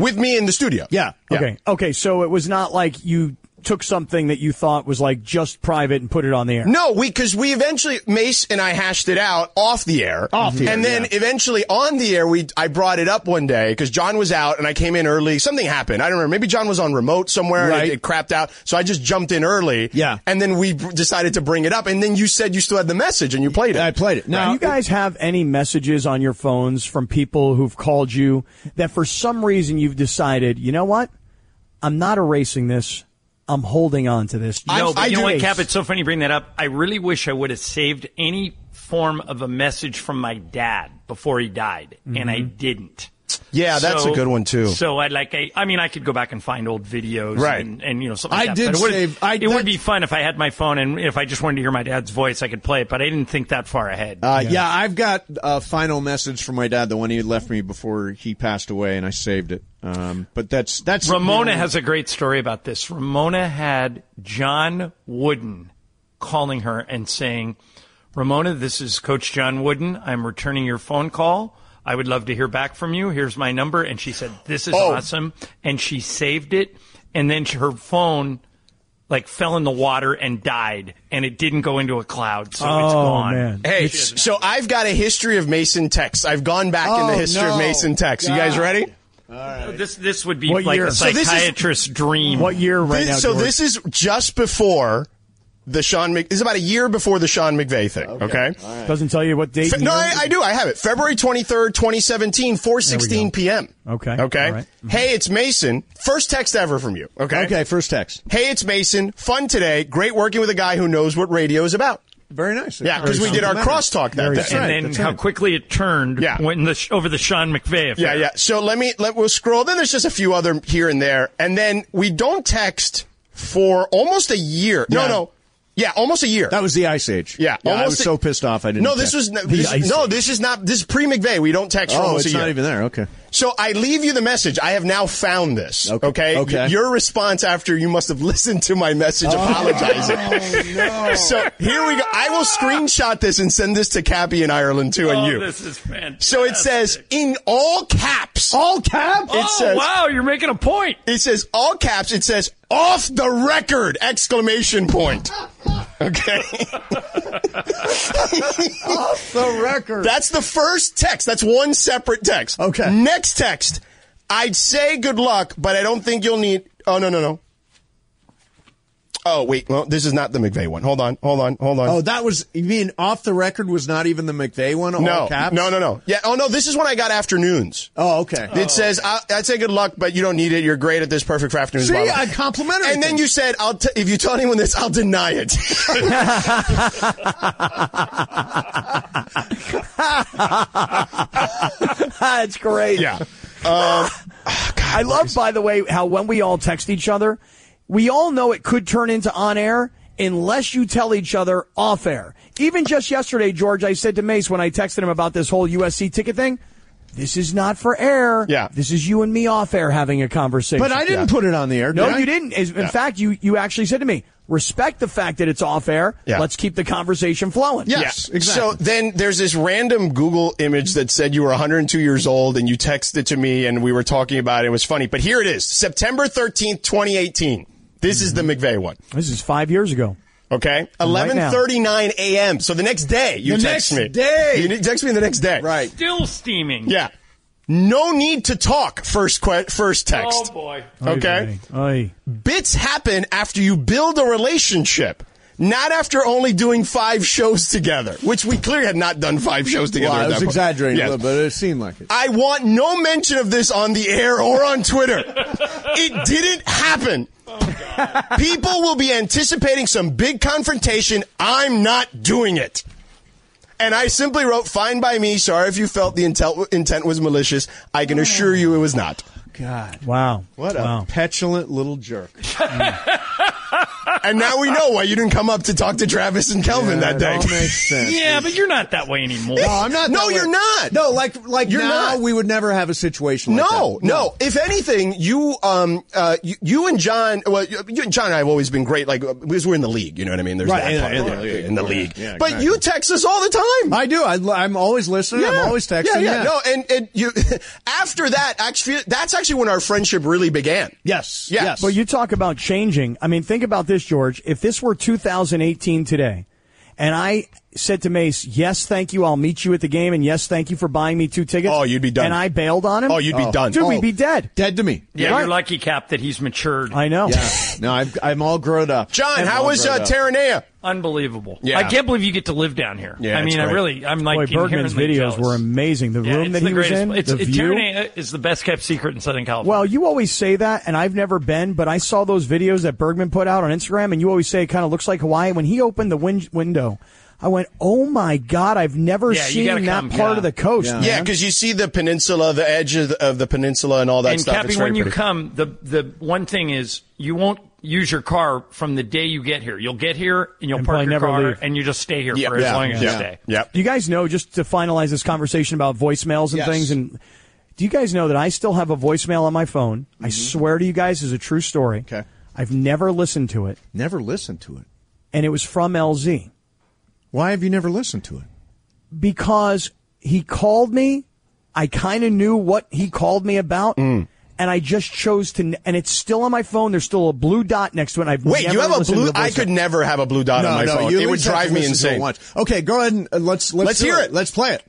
Speaker 2: With me in the studio.
Speaker 1: Yeah.
Speaker 4: Okay. Okay. So it was not like you took something that you thought was like just private and put it on the air.
Speaker 2: No, we because we eventually Mace and I hashed it out off the air, off
Speaker 1: the air,
Speaker 2: and then
Speaker 1: yeah.
Speaker 2: eventually on the air we I brought it up one day because John was out and I came in early. Something happened. I don't remember. Maybe John was on remote somewhere and
Speaker 1: Right.
Speaker 2: it, it crapped out. So I just jumped in early.
Speaker 1: Yeah.
Speaker 2: and then we b- decided to bring it up, and then you said you still had the message and you played it.
Speaker 1: I played it.
Speaker 4: Do
Speaker 1: Now
Speaker 4: you guys have any messages on your phones from people who've called you that for some reason you've decided, you know what? I'm not erasing this. I'm holding on to this.
Speaker 3: No,
Speaker 2: I've-
Speaker 3: but
Speaker 2: I
Speaker 3: you know
Speaker 2: do-
Speaker 3: what, Cap? It's so funny you bring that up. I really wish I would have saved any form of a message from my dad before he died, and I didn't.
Speaker 2: Mm-hmm. Yeah, that's
Speaker 3: So-
Speaker 2: a good one, too.
Speaker 3: So I like I, I mean I could go back and find old videos,
Speaker 2: Right.
Speaker 3: And, and, you know something.
Speaker 1: I
Speaker 3: like that,
Speaker 1: did
Speaker 3: but it would-
Speaker 1: save- I-
Speaker 3: it would
Speaker 1: that-
Speaker 3: be fun if I had my phone and if I just wanted to hear my dad's voice, I could play it. But I didn't think that far ahead.
Speaker 1: Uh, yeah. I've got a final message from my dad, the one he left me before he passed away, and I saved it. Um, but that's that's
Speaker 3: Ramona has a great story about this. Ramona had John Wooden calling her and saying, Ramona, this is Coach John Wooden. I'm returning your phone call. I would love to hear back from you. Here's my number. And she said, This is
Speaker 2: Oh.
Speaker 3: awesome. And she saved it. And then her phone like fell in the water and died and it didn't go into a cloud. So it's
Speaker 4: Oh,
Speaker 3: gone.
Speaker 4: man.
Speaker 2: Hey, so I've got a history of Mason texts. I've gone back in the
Speaker 1: Oh,
Speaker 2: history
Speaker 1: no.
Speaker 2: of Mason texts. You guys
Speaker 1: God.
Speaker 2: ready?
Speaker 3: This, this would be
Speaker 4: What
Speaker 3: like
Speaker 4: year?
Speaker 3: a
Speaker 4: So this
Speaker 2: is-
Speaker 3: psychiatrist's dream.
Speaker 4: what year right
Speaker 2: This-
Speaker 4: now?
Speaker 2: so
Speaker 4: George?
Speaker 2: this is just before the Sean. Mc, this is about a year before the Sean McVay thing. Okay.
Speaker 4: doesn't tell you what date.
Speaker 2: Fe-
Speaker 4: and
Speaker 2: no,
Speaker 4: year.
Speaker 2: I, I do. I have it. February twenty third, twenty seventeen, four sixteen p.m.
Speaker 4: Okay.
Speaker 2: Okay.
Speaker 4: All right. Mm-hmm.
Speaker 2: Hey, it's Mason. First text ever from you. Okay.
Speaker 1: Okay, first text.
Speaker 2: Hey, it's Mason. Fun today. Great working with a guy who knows what radio is about.
Speaker 1: Very nice.
Speaker 2: Yeah, because we did our crosstalk that
Speaker 4: Very
Speaker 2: day.
Speaker 4: That's
Speaker 3: and then
Speaker 4: right,
Speaker 3: how quickly it turned
Speaker 2: Yeah.
Speaker 3: when the sh- over the Sean McVay affair.
Speaker 2: Yeah, yeah. So let me let we'll scroll. Then there's just a few other here and there, and then we don't text for almost a year. No,
Speaker 1: Yeah.
Speaker 2: no. Yeah, almost a year.
Speaker 1: That was the Ice Age.
Speaker 2: Yeah,
Speaker 1: I
Speaker 2: almost
Speaker 1: was
Speaker 2: a-
Speaker 1: so pissed off I didn't.
Speaker 2: no, this
Speaker 1: text.
Speaker 2: was this,
Speaker 4: Ice
Speaker 2: no. This is not this is pre McVeigh. We don't text for
Speaker 1: Oh,
Speaker 2: almost
Speaker 1: it's
Speaker 2: a year.
Speaker 1: not even there. Okay.
Speaker 2: So I leave you the message. I have now found this.
Speaker 1: Okay.
Speaker 2: Okay.
Speaker 1: Okay.
Speaker 2: Your response after you must have listened to my message apologizing.
Speaker 1: Oh. no.
Speaker 2: So here we go. I will screenshot this and send this to Cappy in Ireland too, and
Speaker 3: Oh,
Speaker 2: you.
Speaker 3: this is fantastic.
Speaker 2: so it says in all caps.
Speaker 1: All cap.
Speaker 2: it
Speaker 3: oh,
Speaker 2: says
Speaker 3: wow, you're making a point.
Speaker 2: It says all caps. It says off the record! Exclamation point. Okay.
Speaker 1: Off the record.
Speaker 2: That's the first text. That's one separate text.
Speaker 1: Okay.
Speaker 2: Next text. I'd say good luck, but I don't think you'll need. Oh no no no. Oh wait, well this is not the McVeigh one. Hold on, hold on, hold on.
Speaker 1: Oh, that was you mean off the record was not even the McVeigh one? all
Speaker 2: no,
Speaker 1: caps?
Speaker 2: no, no, no. Yeah. Oh no, this is when I got afternoons.
Speaker 1: Oh, okay.
Speaker 2: It says, I, "I'd say good luck, but you don't need it. You're great at this. Perfect for afternoons."
Speaker 1: See,
Speaker 2: blah, blah.
Speaker 1: I complimented
Speaker 2: And then
Speaker 1: them.
Speaker 2: you said, "I'll t- if you tell anyone this, I'll deny it."
Speaker 4: That's great. Um,
Speaker 2: yeah.
Speaker 1: Uh,
Speaker 4: I love, by the way, how when we all text each other, we all know it could turn into on air unless you tell each other off air. Even just yesterday, George, I said to Mace when I texted him about this whole USC ticket thing, this is not for air.
Speaker 2: Yeah.
Speaker 4: This is you and me off air having a conversation.
Speaker 1: but I didn't put it on the air.
Speaker 4: No,
Speaker 1: did I?
Speaker 4: you didn't. As- In fact, you, you actually said to me, respect the fact that it's off air.
Speaker 2: Yeah.
Speaker 4: Let's keep the conversation flowing.
Speaker 1: Yeah. Yes, exactly.
Speaker 2: So then there's this random Google image that said you were 102 years old and you texted it to me and we were talking about it. It was funny. But here it is. September 13th, 2018. This is the McVeigh one.
Speaker 4: This is five years ago.
Speaker 2: Okay.
Speaker 4: Right now.
Speaker 2: 11:39 a.m. So the next day you
Speaker 1: The next
Speaker 2: text me.
Speaker 1: day.
Speaker 2: You text me the next day.
Speaker 1: Right.
Speaker 3: Still steaming.
Speaker 2: Yeah. No need to talk first que- first
Speaker 3: Oh
Speaker 2: text.
Speaker 3: boy.
Speaker 2: Okay.
Speaker 4: Oy vey. Oy.
Speaker 2: Bits happen after you build a relationship. Not after only doing five shows together, which we clearly had not done five shows together.
Speaker 1: Well,
Speaker 2: at
Speaker 1: I
Speaker 2: that
Speaker 1: was
Speaker 2: point.
Speaker 1: exaggerating
Speaker 2: Yes.
Speaker 1: a little bit. It seemed like it.
Speaker 2: I want no mention of this on the air or on Twitter. it didn't happen. People will be anticipating some big confrontation. I'm not doing it. And I simply wrote, fine by me. Sorry if you felt the intel- intent was malicious. I can assure you it was not.
Speaker 1: God,
Speaker 4: Wow.
Speaker 1: what a
Speaker 4: wow.
Speaker 1: petulant little jerk.
Speaker 2: And now we know why you didn't come up to talk to Travis and Kelvin that
Speaker 1: it
Speaker 2: day.
Speaker 1: all makes sense.
Speaker 3: Yeah, but you're not that way anymore.
Speaker 1: No, I'm not.
Speaker 2: No,
Speaker 1: that way.
Speaker 2: you're not.
Speaker 1: No, like like
Speaker 2: You're
Speaker 1: now
Speaker 2: not.
Speaker 1: we would never have a situation. like
Speaker 2: No,
Speaker 1: that.
Speaker 2: no. If anything, you, um, uh, you, you and John, well, you, you and John and I have always been great, like, uh, because we're in the league, you know what I mean? There's
Speaker 1: Right,
Speaker 2: that
Speaker 1: in-
Speaker 2: part
Speaker 1: in the
Speaker 2: of it,
Speaker 1: league.
Speaker 2: in the
Speaker 1: Yeah,
Speaker 2: league.
Speaker 1: yeah,
Speaker 2: but
Speaker 1: exactly.
Speaker 2: you text us all the time.
Speaker 1: I do. I, am always listening. I'm always texting.
Speaker 2: Yeah, yeah. No, and, and you, after that, actually, that's actually when our friendship really began.
Speaker 1: Yes.
Speaker 2: Yeah,
Speaker 1: Yes.
Speaker 4: But you talk about changing. I mean, think about this, George. If this were 2018 today, and I said to Mace, "Yes, thank you. I'll meet you at the game," and "Yes, thank you for buying me two tickets."
Speaker 2: Oh, you'd be done.
Speaker 4: And I bailed on him.
Speaker 2: Oh, you'd be Oh. done.
Speaker 4: Dude,
Speaker 2: Oh.
Speaker 4: we'd be dead.
Speaker 1: dead to me.
Speaker 3: yeah,
Speaker 4: Right.
Speaker 3: you're lucky, Cap, that he's matured.
Speaker 4: I know.
Speaker 1: Yeah. No, I'm, I'm all grown up.
Speaker 2: John,
Speaker 1: I'm
Speaker 2: how
Speaker 1: all
Speaker 2: was
Speaker 1: grown
Speaker 2: uh,
Speaker 1: up.
Speaker 2: Terranea?
Speaker 3: Unbelievable.
Speaker 2: Yeah.
Speaker 3: I can't believe you get to live down here.
Speaker 2: Yeah,
Speaker 3: I
Speaker 2: it's
Speaker 3: mean, I
Speaker 2: great.
Speaker 3: really, I'm like
Speaker 4: Boy, Bergman's
Speaker 3: inherently
Speaker 4: videos
Speaker 3: jealous.
Speaker 4: were amazing. The
Speaker 3: Yeah,
Speaker 4: room
Speaker 3: it's
Speaker 4: that
Speaker 3: the
Speaker 4: he
Speaker 3: greatest.
Speaker 4: was in,
Speaker 3: It's,
Speaker 4: the
Speaker 3: it-
Speaker 4: view.
Speaker 3: Terranea is the best kept secret in Southern California.
Speaker 4: Well, you always say that, and I've never been, but I saw those videos that Bergman put out on Instagram, and you always say it kind of looks like Hawaii. When he opened the win- window, I went, "Oh my god, I've never
Speaker 3: Yeah, you
Speaker 4: seen
Speaker 3: gotta
Speaker 4: that
Speaker 3: come.
Speaker 4: part
Speaker 3: Yeah.
Speaker 4: of the coast."
Speaker 1: Yeah.
Speaker 2: Yeah, because you see the peninsula, the edge of the, of the peninsula and all that
Speaker 3: and
Speaker 2: stuff.
Speaker 3: Cappy,
Speaker 2: It's very
Speaker 3: when you
Speaker 2: pretty.
Speaker 3: come, the the one thing is you won't use your car from the day you get here. You'll get here and you'll
Speaker 4: And
Speaker 3: park
Speaker 4: probably
Speaker 3: your
Speaker 4: never
Speaker 3: car
Speaker 4: leave.
Speaker 3: and you just stay here
Speaker 2: Yeah,
Speaker 3: for as
Speaker 2: yeah,
Speaker 3: long as you
Speaker 2: yeah,
Speaker 3: stay.
Speaker 2: yeah.
Speaker 4: Do you guys know, just to finalize this conversation about voicemails and
Speaker 1: Yes.
Speaker 4: things, and do you guys know that I still have a voicemail on my phone? I swear to you guys, is a true story.
Speaker 1: Mm-hmm. Okay.
Speaker 4: I've never listened to it,
Speaker 1: Never listened to it.
Speaker 4: and it was from LZ
Speaker 1: Why have you never listened to it?
Speaker 4: because he called me. I kind of knew what he called me about,
Speaker 1: Mm.
Speaker 4: and I just chose to. n- And it's still on my phone. There's still a blue dot next to it. and I've
Speaker 2: Wait,
Speaker 4: never
Speaker 2: you have a
Speaker 4: listened to
Speaker 2: blue?
Speaker 4: the
Speaker 2: I
Speaker 4: voicemail.
Speaker 2: could never have a blue dot on my phone.
Speaker 1: you
Speaker 2: It
Speaker 1: at
Speaker 2: would
Speaker 1: least have to
Speaker 2: drive me
Speaker 1: listen to it
Speaker 2: insane.
Speaker 1: once. Okay, go ahead and uh, let's let's,
Speaker 2: Let's
Speaker 1: do
Speaker 2: hear it.
Speaker 1: Let's play it.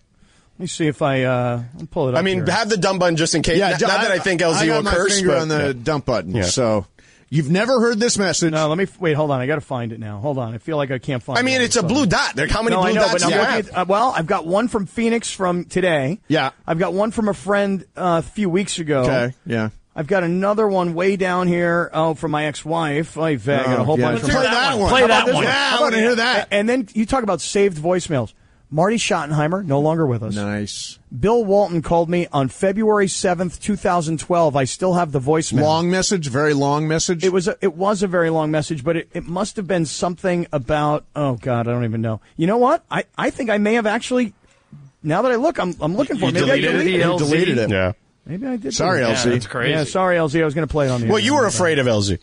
Speaker 4: Let me see if I uh, I'll pull it up.
Speaker 2: I mean,
Speaker 4: here.
Speaker 2: have the dumb button just in case. Yeah, not,
Speaker 1: John,
Speaker 2: not that I think LZ
Speaker 1: I got
Speaker 2: will
Speaker 1: my
Speaker 2: curse,
Speaker 1: finger
Speaker 2: but
Speaker 1: on the
Speaker 2: Yeah.
Speaker 1: dump button.
Speaker 2: Yeah.
Speaker 1: So you've never heard this message.
Speaker 4: no, let me wait. Hold on, I got to find it now. Hold on, I feel like I can't find.
Speaker 2: I
Speaker 4: it
Speaker 2: mean,
Speaker 4: on
Speaker 2: it's
Speaker 4: my
Speaker 2: a
Speaker 4: phone.
Speaker 2: blue dot. There, how many
Speaker 4: No,
Speaker 2: blue
Speaker 4: I know,
Speaker 2: dots
Speaker 4: but
Speaker 2: do
Speaker 4: I'm
Speaker 2: you
Speaker 4: looking
Speaker 2: have?
Speaker 4: at, uh, well, I've got one from Phoenix from today.
Speaker 1: Yeah.
Speaker 4: I've got one from a friend uh, a few weeks ago.
Speaker 1: Okay. Yeah.
Speaker 4: I've got another one way down here. Oh, from my ex-wife. I have got a whole
Speaker 1: Oh, yeah.
Speaker 4: bunch
Speaker 1: Let's
Speaker 4: from
Speaker 1: hear
Speaker 3: that
Speaker 1: that
Speaker 3: one.
Speaker 1: one.
Speaker 3: Play
Speaker 1: How about
Speaker 3: that
Speaker 1: this
Speaker 3: one.
Speaker 1: Yeah, I want to hear that.
Speaker 4: And then you talk about saved voicemails. Marty Schottenheimer, no longer with us.
Speaker 1: Nice.
Speaker 4: Bill Walton called me on February 7th, 2012. I still have the voicemail.
Speaker 1: Long message. Very long message.
Speaker 4: It was a, it was a very long message, but it, it must have been something about oh god, I don't even know. You know what? I, I think I may have actually now that I look, I'm I'm looking for
Speaker 3: You
Speaker 4: it. maybe I
Speaker 3: deleted it,
Speaker 4: deleted it.
Speaker 3: yeah.
Speaker 1: You deleted it.
Speaker 2: Yeah.
Speaker 4: Maybe I did.
Speaker 1: Sorry,
Speaker 4: delete
Speaker 1: LZ.
Speaker 4: it.
Speaker 3: Yeah, that's crazy.
Speaker 4: Yeah, sorry, LZ. I was going to play it on the.
Speaker 2: Well,
Speaker 4: air.
Speaker 2: you were afraid of LZ.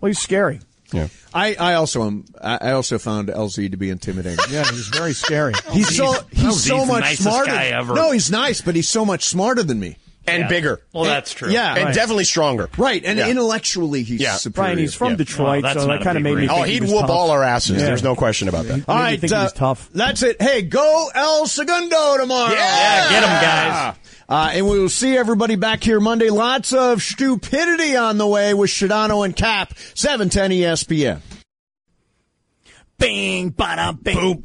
Speaker 4: Well, he's scary.
Speaker 2: Yeah.
Speaker 1: I, I also am. I I also found LZ to be intimidating.
Speaker 4: Yeah, he's very scary.
Speaker 1: He's so he's
Speaker 3: LZ 's
Speaker 1: so
Speaker 3: the
Speaker 1: much
Speaker 3: nicest
Speaker 1: smarter.
Speaker 3: guy ever.
Speaker 1: No, he's nice, but he's so much smarter than me.
Speaker 2: and bigger.
Speaker 3: Well, that's true.
Speaker 1: Yeah.
Speaker 2: and
Speaker 1: right.
Speaker 2: definitely stronger.
Speaker 1: Right, and
Speaker 2: Yeah.
Speaker 1: intellectually he's
Speaker 2: Yeah.
Speaker 1: superior.
Speaker 4: Brian, he's from
Speaker 2: Yeah.
Speaker 4: Detroit,
Speaker 3: Well, that's
Speaker 4: so
Speaker 3: not
Speaker 4: that
Speaker 3: a
Speaker 4: kind of
Speaker 3: big
Speaker 4: made me
Speaker 3: reach.
Speaker 4: think
Speaker 2: Oh,
Speaker 4: he
Speaker 2: he'd
Speaker 4: was
Speaker 2: whoop
Speaker 4: tough.
Speaker 2: all our asses.
Speaker 4: Yeah.
Speaker 2: There's no question about that.
Speaker 1: All
Speaker 4: Made me
Speaker 1: right,
Speaker 4: think he
Speaker 1: uh,
Speaker 4: was tough.
Speaker 1: That's it. Hey, go El Segundo tomorrow.
Speaker 2: Yeah,
Speaker 3: get 'em, guys.
Speaker 1: Uh, and we will see everybody back here Monday. Lots of stupidity on the way with Shadano and Cap. Seven ten E ESPN.
Speaker 4: Bing, bada, bing.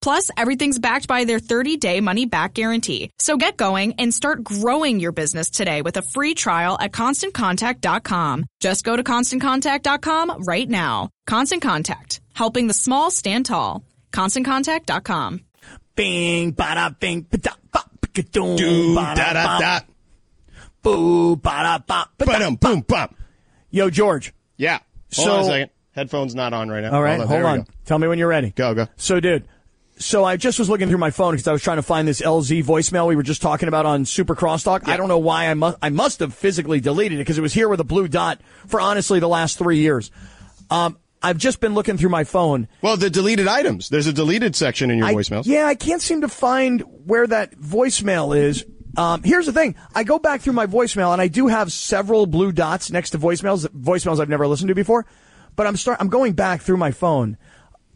Speaker 6: Plus, everything's backed by their 30 day money back guarantee. So get going and start growing your business today with a free trial at constantcontact.com. Just go to constantcontact.com right now. Constant Contact, helping the small stand tall. ConstantContact.com.
Speaker 4: Bing, bada, bing, bada, bop, ba-ka-doom,
Speaker 2: Do
Speaker 4: bada,
Speaker 2: da da
Speaker 4: bop,
Speaker 2: da.
Speaker 4: boo, bada, bop, ba-da.
Speaker 2: Ba-dum, boom, bop.
Speaker 4: Yo, George.
Speaker 2: Yeah. Hold
Speaker 4: So-
Speaker 2: on a second. Headphone's not on right now.
Speaker 4: All right,
Speaker 2: Hold on.
Speaker 4: hold
Speaker 2: There we
Speaker 4: on.
Speaker 2: go.
Speaker 4: Tell me when you're ready.
Speaker 2: Go, go.
Speaker 4: So, dude, so I just was looking through my phone because I was trying to find this LZ voicemail we were just talking about on Super Crosstalk. I don't know why I must I must have physically deleted it because it was here with a blue dot for honestly the last three years. Um, I've just been looking through my phone.
Speaker 2: Well, the deleted items. There's a deleted section in your
Speaker 4: I-
Speaker 2: voicemails.
Speaker 4: Yeah, I can't seem to find where that voicemail is. Um, here's the thing: I go back through my voicemail, and I do have several blue dots next to voicemails, voicemails I've never listened to before. But I'm start, I'm going back through my phone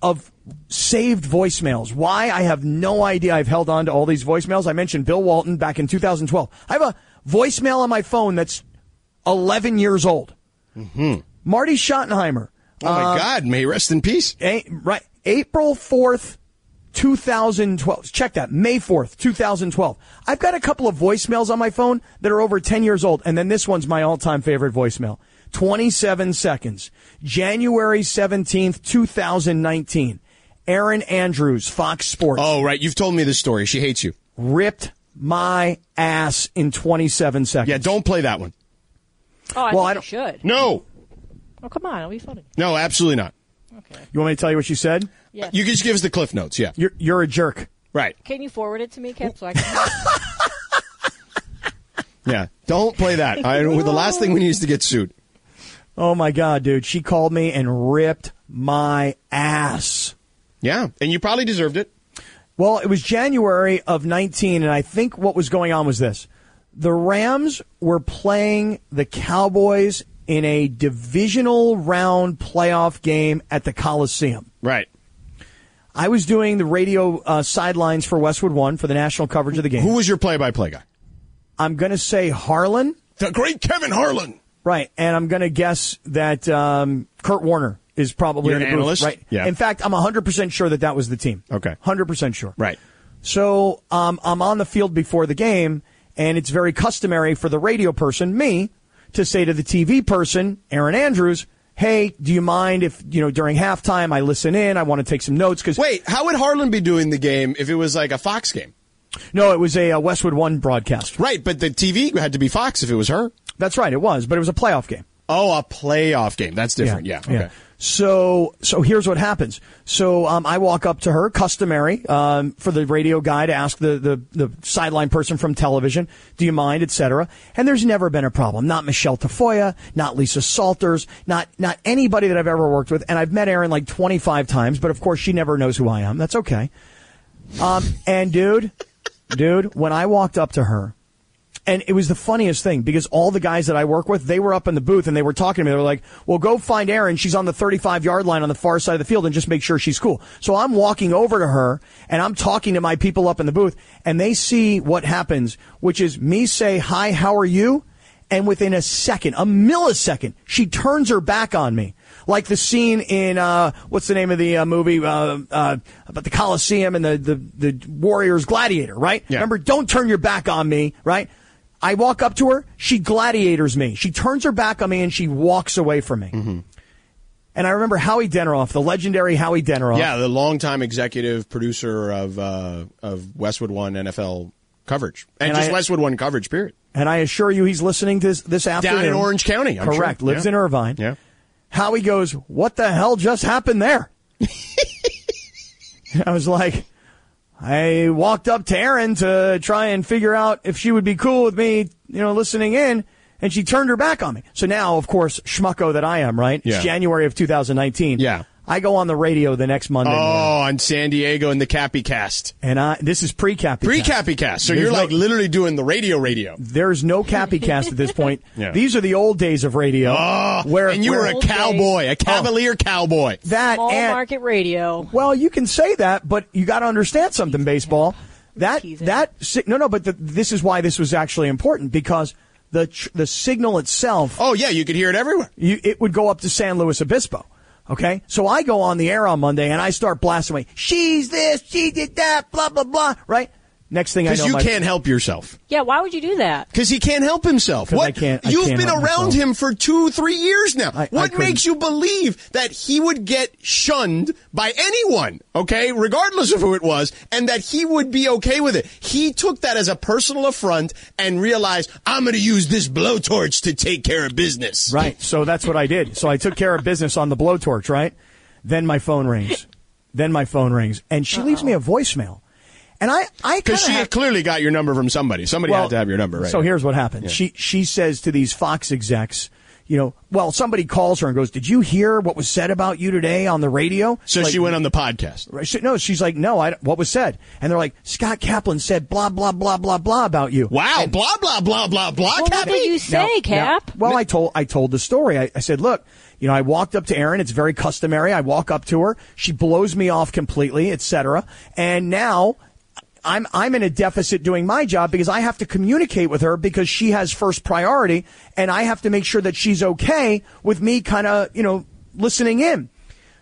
Speaker 4: of saved voicemails. Why I have no idea. I've held on to all these voicemails. I mentioned Bill Walton back in 2012. I have a voicemail on my phone that's 11 years old. Mm-hmm. Marty Schottenheimer. Um,
Speaker 2: Oh my God. May he rest in peace.
Speaker 4: A- right April 4th 2012 check that May 4th 2012 I've got a couple of voicemails on my phone that are over 10 years old and then this one's my all-time favorite voicemail 27 seconds January 17th 2019 Aaron Andrews Fox Sports
Speaker 2: Oh, right. You've told me this story. She hates you.
Speaker 4: ripped my ass in 27 seconds
Speaker 2: Yeah. Don't play that one.
Speaker 7: Oh, I
Speaker 4: Well,
Speaker 7: think you
Speaker 4: I
Speaker 7: should.
Speaker 2: No.
Speaker 7: Oh, come on. Are we funny?
Speaker 2: No, absolutely not.
Speaker 4: you want me to tell you what she said
Speaker 7: Yes.
Speaker 2: You can just give us the cliff notes. Yeah.
Speaker 4: you're you're a jerk
Speaker 2: Right.
Speaker 7: Can you forward it to me, Cap? So I can...
Speaker 2: Yeah. Don't play that. I, the last thing we need is to get sued.
Speaker 4: oh my god dude she called me and ripped my ass
Speaker 2: Yeah. And you probably deserved it.
Speaker 4: Well, it was January of 19, and I think what was going on was this. The Rams were playing the Cowboys in a divisional round playoff game at the Coliseum.
Speaker 2: Right.
Speaker 4: I was doing the radio uh, sidelines for Westwood One for the national coverage of the game.
Speaker 2: Who was your play by play guy?
Speaker 4: I'm going to say Harlan,
Speaker 2: The great Kevin Harlan.
Speaker 4: right? And I'm going to guess that um, Kurt Warner is probably
Speaker 2: You're
Speaker 4: in
Speaker 2: an
Speaker 4: the booth,
Speaker 2: analyst?
Speaker 4: right?
Speaker 2: Yeah.
Speaker 4: In fact, I'm 100% sure that that was the team.
Speaker 2: Okay.
Speaker 4: 100% sure.
Speaker 2: Right.
Speaker 4: So um, I'm on the field before the game, and it's very customary for the radio person, me, to say to the TV person, Aaron Andrews, "Hey, do you mind if you know during halftime I listen in? I want to take some notes because
Speaker 2: Wait, how would Harlan be doing the game if it was like a Fox game?
Speaker 4: no, it was a, uh Westwood One broadcast.
Speaker 2: Right, but the TV had to be Fox if it was her.
Speaker 4: That's right, it was, but it was a playoff game.
Speaker 2: Oh, a playoff game. That's different. Yeah. Okay.
Speaker 4: So, so here's what happens. So, um, I walk up to her, customary, um, for the radio guy to ask the, the, the sideline person from television, do you mind, etc. And there's never been a problem. Not Michelle Tafoya, not Lisa Salters, not, not anybody that I've ever worked with. And I've met Erin like 25 times, but of course she never knows who I am. That's okay. Um, and dude, dude, when I walked up to her, and it was the funniest thing because all the guys that I work with, they were up in the booth and they were talking to me. They were like, well, go find Erin. She's on the 35 yard line on the far side of the field and just make sure she's cool. So I'm walking over to her and I'm talking to my people up in the booth and they see what happens, which is me say, hi, how are you? And within a second, a millisecond, she turns her back on me. Like the scene in, uh, what's the name of the uh, movie, uh, uh, about the Coliseum and the, the, the Warriors Gladiator, right?
Speaker 2: Yeah.
Speaker 4: Remember, don't turn your back on me, right? I walk up to her, she gladiators me. She turns her back on me and she walks away from me. And I remember Howie Denneroff, the legendary Howie Denneroff.
Speaker 2: Yeah, the longtime executive producer of uh, of Westwood One NFL coverage and,
Speaker 4: And
Speaker 2: just
Speaker 4: I-
Speaker 2: Westwood One coverage. Period.
Speaker 4: And I assure you he's listening to this, this afternoon.
Speaker 2: in Orange County, I'm
Speaker 4: Correct.
Speaker 2: sure.
Speaker 4: Lives
Speaker 2: Yeah.
Speaker 4: in Irvine.
Speaker 2: Yeah.
Speaker 4: Howie goes, What the hell just happened there? And I was like, I walked up to Erin to try and figure out if she would be cool with me, you know, listening in, and she turned her back on me. So now, of course, schmucko that I am, right?
Speaker 2: Yeah.
Speaker 4: It's January of 2019.
Speaker 2: Yeah.
Speaker 4: I go on the radio the next Monday morning,
Speaker 2: Oh, on San Diego and the Cappy Cast,
Speaker 4: and I, this is pre-cappy.
Speaker 2: pre Cappy Cast. So
Speaker 4: There's
Speaker 2: you're like
Speaker 4: no-
Speaker 2: literally doing the radio radio.
Speaker 4: There's no cappy cast at this point.
Speaker 2: Yeah.
Speaker 4: These are the old days of radio.
Speaker 2: Oh,
Speaker 4: where
Speaker 2: and you
Speaker 4: where Oh.
Speaker 2: were a
Speaker 7: Old days.
Speaker 2: cowboy, a cavalier cowboy.
Speaker 4: that
Speaker 7: Small
Speaker 4: and
Speaker 7: market radio.
Speaker 4: Well, you can say that, but you got to understand something, baseball. That
Speaker 7: Teasing.
Speaker 4: that si- no no, but the, this is why this was actually important because the tr- the signal itself
Speaker 2: Oh yeah, you could hear it everywhere.
Speaker 4: you, it would go up to San Luis Obispo. Okay, so I go on the air on Monday and I start blasting away. She's this, she did that, blah blah blah. Right. Next thing I know,
Speaker 2: Because you
Speaker 4: my-
Speaker 2: can't help yourself.
Speaker 7: Yeah, why would you do that?
Speaker 2: Because he can't help himself.
Speaker 4: 'Cause
Speaker 2: What?
Speaker 4: I can't- I
Speaker 2: You've
Speaker 4: can't
Speaker 2: been
Speaker 4: help
Speaker 2: around
Speaker 4: myself.
Speaker 2: him for two, three years now.
Speaker 4: I- I
Speaker 2: what
Speaker 4: couldn't.
Speaker 2: makes you believe that he would get shunned by anyone? Okay, regardless of who it was, and that he would be okay with it. He took that as a personal affront and realized I'm going to use this blowtorch to take care of business.
Speaker 4: Right. So that's what I did. So I took care of business on the blowtorch, right? Then my phone rings. Then my phone rings. And she leaves me a voicemail. And I, I kind
Speaker 2: Because she had clearly got your number from somebody. Somebody had to have your number, right?
Speaker 4: So here's what happened. She, she says to these Fox execs, you know, well, somebody calls her and goes, did you hear what was said about you today on the radio?
Speaker 2: So
Speaker 4: Like,
Speaker 2: she went on the podcast.
Speaker 4: Right. She, no, she's like, no, I, don't- what was said? And they're like, Scott Kaplan said blah, blah, blah, blah, blah about you.
Speaker 2: Wow! blah blah blah blah blah.
Speaker 7: Well, what
Speaker 2: Cappy.
Speaker 7: did you
Speaker 4: Now-
Speaker 7: say, Cap?
Speaker 4: now- well, I told I told the story. I, I said, look, you know, I walked up to Erin. It's very customary. I walk up to her. She blows me off completely, etc. And now. I'm I'm in a deficit doing my job because I have to communicate with her because she has first priority and I have to make sure that she's okay with me kind of, you know, listening in.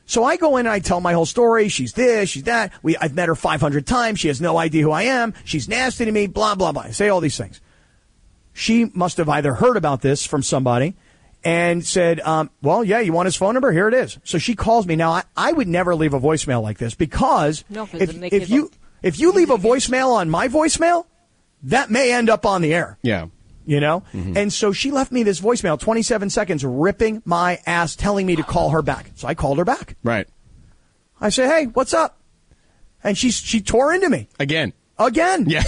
Speaker 4: So I go in and I tell my whole story. She's this, she's that. We I've met her 500 times. She has no idea who I am. She's nasty to me, blah blah blah. I say all these things she must have either heard about this from somebody and said, um, well, yeah, you want his phone number? Here it is. So she calls me. Now, I, I would never leave a voicemail like this because
Speaker 7: No, 'cause
Speaker 4: if,
Speaker 7: then they
Speaker 4: if
Speaker 7: give
Speaker 4: you
Speaker 7: up.
Speaker 4: if you leave a voicemail on my voicemail, that may end up on the air.
Speaker 2: Yeah.
Speaker 4: You know?
Speaker 2: Mm-hmm.
Speaker 4: And so she left me this voicemail, 27 seconds, ripping my ass, telling me to call her back. So I called her back.
Speaker 2: Right.
Speaker 4: I say, hey, what's up? And she, she tore into me
Speaker 2: Again.
Speaker 4: again.
Speaker 2: Yeah.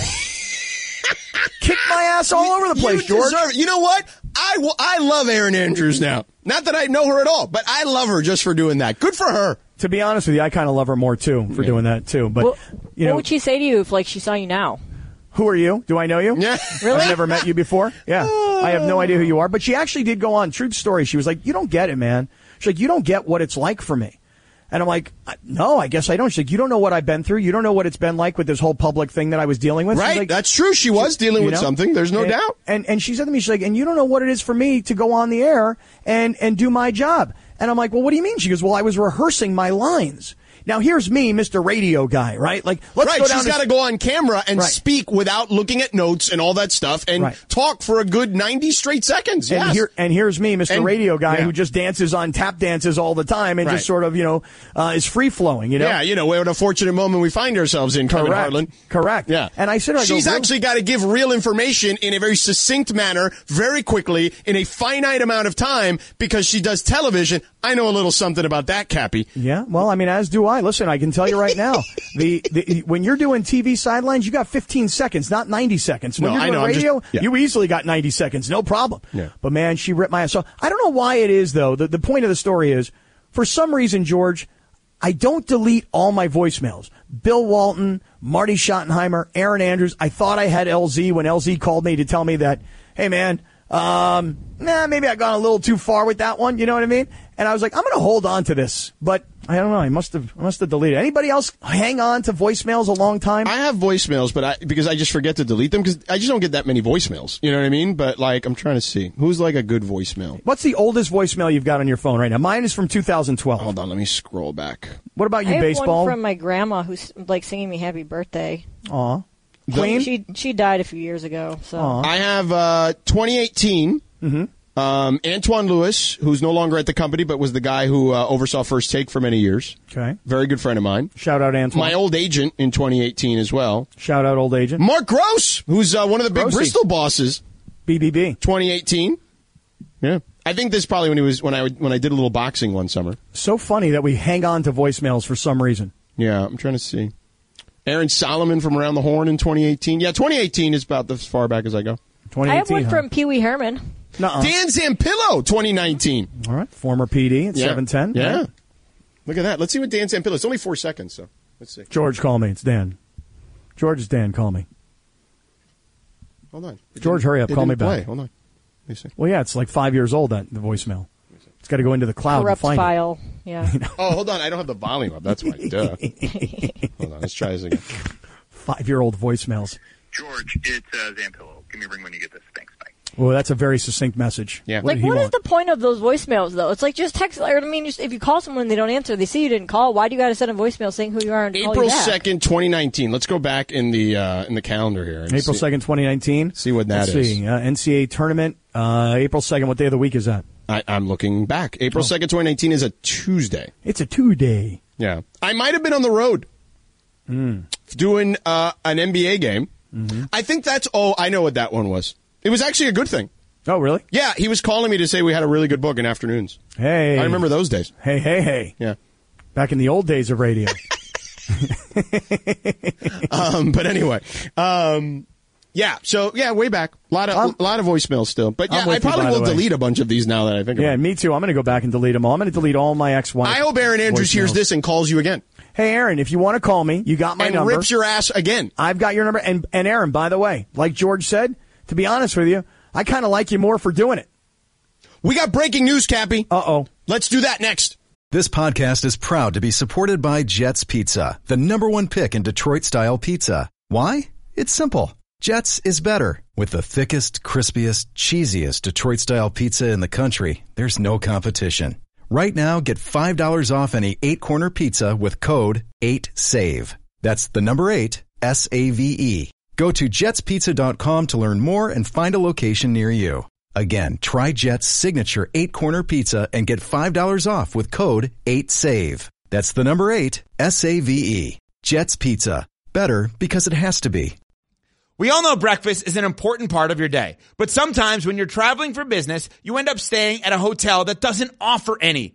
Speaker 4: Kicked my ass all over the place,
Speaker 2: you
Speaker 4: George.
Speaker 2: deserve it. You know what? I will, I love Aaron Andrews now. Not that I know her at all, but I love her just for doing that. Good for her.
Speaker 4: to be honest with you, I kind of love her more too for doing that too. But
Speaker 7: What,
Speaker 4: you know,
Speaker 7: what would she say to you if, like, she saw you now?
Speaker 4: who are you? Do I know you?
Speaker 2: Yeah. Oh.
Speaker 7: Really?
Speaker 4: I've never met you before. Yeah, I have no idea who you are. But she actually did go on. True story. She was like, "You don't get it, man." She's like, "You don't get what it's like for me." And I'm like, I- "No, I guess I don't." She's like, "You don't know what I've been through. You don't know what it's been like with this whole public thing that I was dealing with." She's
Speaker 2: Right.
Speaker 4: like-
Speaker 2: That's true. She was dealing
Speaker 4: you
Speaker 2: with
Speaker 4: know?
Speaker 2: something. There's no
Speaker 4: And-
Speaker 2: doubt.
Speaker 4: And and she said to me, she's like, and you don't know what it is for me to go on the air and and do my job. And I'm like, well, what do you mean? She goes, well, I was rehearsing my lines. Now here's me, Mr. Radio Guy, right? Like, let's
Speaker 2: right,
Speaker 4: go down.
Speaker 2: she's
Speaker 4: to-
Speaker 2: got to go on camera and
Speaker 4: Right.
Speaker 2: speak without looking at notes and all that stuff, and
Speaker 4: Right.
Speaker 2: talk for a good ninety straight seconds.
Speaker 4: and
Speaker 2: yes.
Speaker 4: here and here's me, Mr.
Speaker 2: And-
Speaker 4: Radio Guy,
Speaker 2: yeah.
Speaker 4: who just dances on tap dances all the time and
Speaker 2: Right.
Speaker 4: just sort of you know uh, is free flowing. You know,
Speaker 2: Yeah, you know, what a fortunate moment we find ourselves in, Carmen
Speaker 4: Correct.
Speaker 2: Harlan.
Speaker 4: Correct.
Speaker 2: Yeah.
Speaker 4: And I sit there, I go,
Speaker 2: She's
Speaker 4: "Really?"
Speaker 2: actually got to give real information in a very succinct manner, very quickly, in a finite amount of time, because she does television. I know a little something about that, Cappy.
Speaker 4: Yeah, well, I mean, as do I. Listen, I can tell you right now, the, the when you're doing TV sidelines, you got 15 seconds, not 90 seconds. When
Speaker 2: No,
Speaker 4: you're
Speaker 2: I
Speaker 4: doing
Speaker 2: know, I'm just-
Speaker 4: radio,
Speaker 2: yeah.
Speaker 4: you easily got 90 seconds, no problem.
Speaker 2: Yeah.
Speaker 4: But man, she ripped my ass. So I don't know why it is though. The, the point of the story is, for some reason, George, I don't delete all my voicemails. Bill Walton, Marty Schottenheimer, Aaron Andrews. I thought I had LZ when LZ called me to tell me that, hey man, um, nah, maybe I gone a little too far with that one. You know what I mean? And I was like, I'm going to hold on to this, but I don't know. I must have, I must have deleted. it. Anybody else hang on to voicemails a long time?
Speaker 2: I have voicemails, but I because I just forget to delete them because I just don't get that many voicemails. You know what I mean? But like, I'm trying to see who's like a good voicemail.
Speaker 4: What's the oldest voicemail you've got on your phone right now? Mine is from 2012.
Speaker 2: Hold on, let me scroll back.
Speaker 4: What about you,
Speaker 7: I have
Speaker 4: baseball?
Speaker 7: one from my grandma who's like singing me happy birthday.
Speaker 4: Aw.
Speaker 7: She,
Speaker 4: Queen?
Speaker 7: she she died a few years ago. So
Speaker 2: I have uh, 2018.
Speaker 4: Mm-hmm.
Speaker 2: Um, Antoine Lewis, who's no longer at the company, but was the guy who uh, oversaw First Take for many years.
Speaker 4: Okay.
Speaker 2: Very good friend of mine.
Speaker 4: Shout out Antoine.
Speaker 2: My old agent in 2018 as well.
Speaker 4: Shout out old agent.
Speaker 2: Mark Gross, who's uh, one of the big
Speaker 4: Grossy.
Speaker 2: Bristol bosses.
Speaker 4: BBB.
Speaker 2: 2018. Yeah. I think this is probably when he was when I would, when I did a little boxing one summer.
Speaker 4: So funny that we hang on to voicemails for some reason.
Speaker 2: Yeah, I'm trying to see. Aaron Solomon from Around the Horn in 2018. Yeah, 2018 is about as far back as I go.
Speaker 4: 2018.
Speaker 7: I have one
Speaker 4: huh?
Speaker 7: from Pee Wee Herman.
Speaker 4: Nuh-uh.
Speaker 2: Dan Zampillo, 2019.
Speaker 4: All right. Former PD at
Speaker 2: Yeah.
Speaker 4: 710.
Speaker 2: Yeah.
Speaker 4: Right.
Speaker 2: Look at that. Let's see what Dan Zampillo. It's only four seconds, so let's see.
Speaker 4: George, call me. It's Dan. George is Dan. Call me.
Speaker 2: Hold on. It
Speaker 4: George,
Speaker 2: didn't-
Speaker 4: hurry up.
Speaker 2: it
Speaker 4: Call me
Speaker 2: didn't
Speaker 4: back.
Speaker 2: play. Hold on. Let me see.
Speaker 4: Well, yeah, it's like five years old, that the voicemail. It's got to go into the cloud
Speaker 7: Corrupt
Speaker 4: and find it.
Speaker 7: file. Yeah.
Speaker 2: Oh, hold on. I don't have the volume up. That's why. Duh. hold on. Let's try this again.
Speaker 4: Five-year-old voicemails.
Speaker 8: George, it's uh, Zampillo. Give me a ring when you get this. Thanks. Bye.
Speaker 4: Well, that's a very succinct message.
Speaker 2: Yeah.
Speaker 4: What
Speaker 7: Like,
Speaker 4: did he
Speaker 7: what is
Speaker 4: want?
Speaker 7: the point of those voicemails, though? It's like just text. I mean, just, if you call someone and they don't answer, they see you didn't call. Why do you got to send a voicemail saying who you are and call
Speaker 2: April
Speaker 7: you back?
Speaker 2: second, twenty nineteen. Let's go back in the uh, in the calendar here. and
Speaker 4: April
Speaker 2: see-
Speaker 4: second, twenty nineteen.
Speaker 2: see what that
Speaker 4: Let's
Speaker 2: is.
Speaker 4: See, uh, NCAA tournament, uh, April second. What day of the week is that?
Speaker 2: I, I'm looking back. April
Speaker 4: Oh.
Speaker 2: second, twenty nineteen is a Tuesday.
Speaker 4: It's a two-day.
Speaker 2: Yeah, I might have been on the road
Speaker 4: Hmm.
Speaker 2: doing uh, an NBA game.
Speaker 4: Mm-hmm.
Speaker 2: I think that's. Oh, I know what that one was. It was actually a good thing.
Speaker 4: Oh, really?
Speaker 2: Yeah, he was calling me to say we had a really good book in afternoons.
Speaker 4: Hey,
Speaker 2: I remember those days.
Speaker 4: Hey, hey, hey!
Speaker 2: Yeah.
Speaker 4: Back in the old days of radio.
Speaker 2: Um, but anyway, um, yeah. So yeah, way back, a lot of a lot of voicemails still. But yeah,
Speaker 4: I'm with
Speaker 2: I
Speaker 4: you,
Speaker 2: probably
Speaker 4: by the
Speaker 2: will
Speaker 4: way.
Speaker 2: delete a bunch of these now that I think. about
Speaker 4: yeah,
Speaker 2: it.
Speaker 4: me too. I'm going to go back and delete them all. I'm going to delete all my ex-wife.
Speaker 2: I hope Aaron Andrews hears
Speaker 4: voicemails.
Speaker 2: this and calls you again
Speaker 4: Hey, Aaron, if you want to call me, you got my
Speaker 2: and
Speaker 4: number.
Speaker 2: rips your ass again.
Speaker 4: I've got your number. And and Aaron, by the way, like George said, to be honest with you, I kind of like you more for doing it.
Speaker 2: We got breaking news, Cappy.
Speaker 4: Uh oh.
Speaker 2: Let's do that next.
Speaker 9: This podcast is proud to be supported by Jets Pizza, the number one pick in Detroit style pizza. Why? It's simple. Jets is better. With the thickest, crispiest, cheesiest Detroit style pizza in the country, there's no competition. Right now, get $5 off any eight corner pizza with code 8SAVE. That's the number eight, S A V E. Go to jetspizza.com to learn more and find a location near you. Again, try Jet's signature eight corner pizza and get $5 off with code 8SAVE. That's the number eight, S A V E. Jet's Pizza. Better because it has to be.
Speaker 10: We all know breakfast is an important part of your day, but sometimes when you're traveling for business, you end up staying at a hotel that doesn't offer any.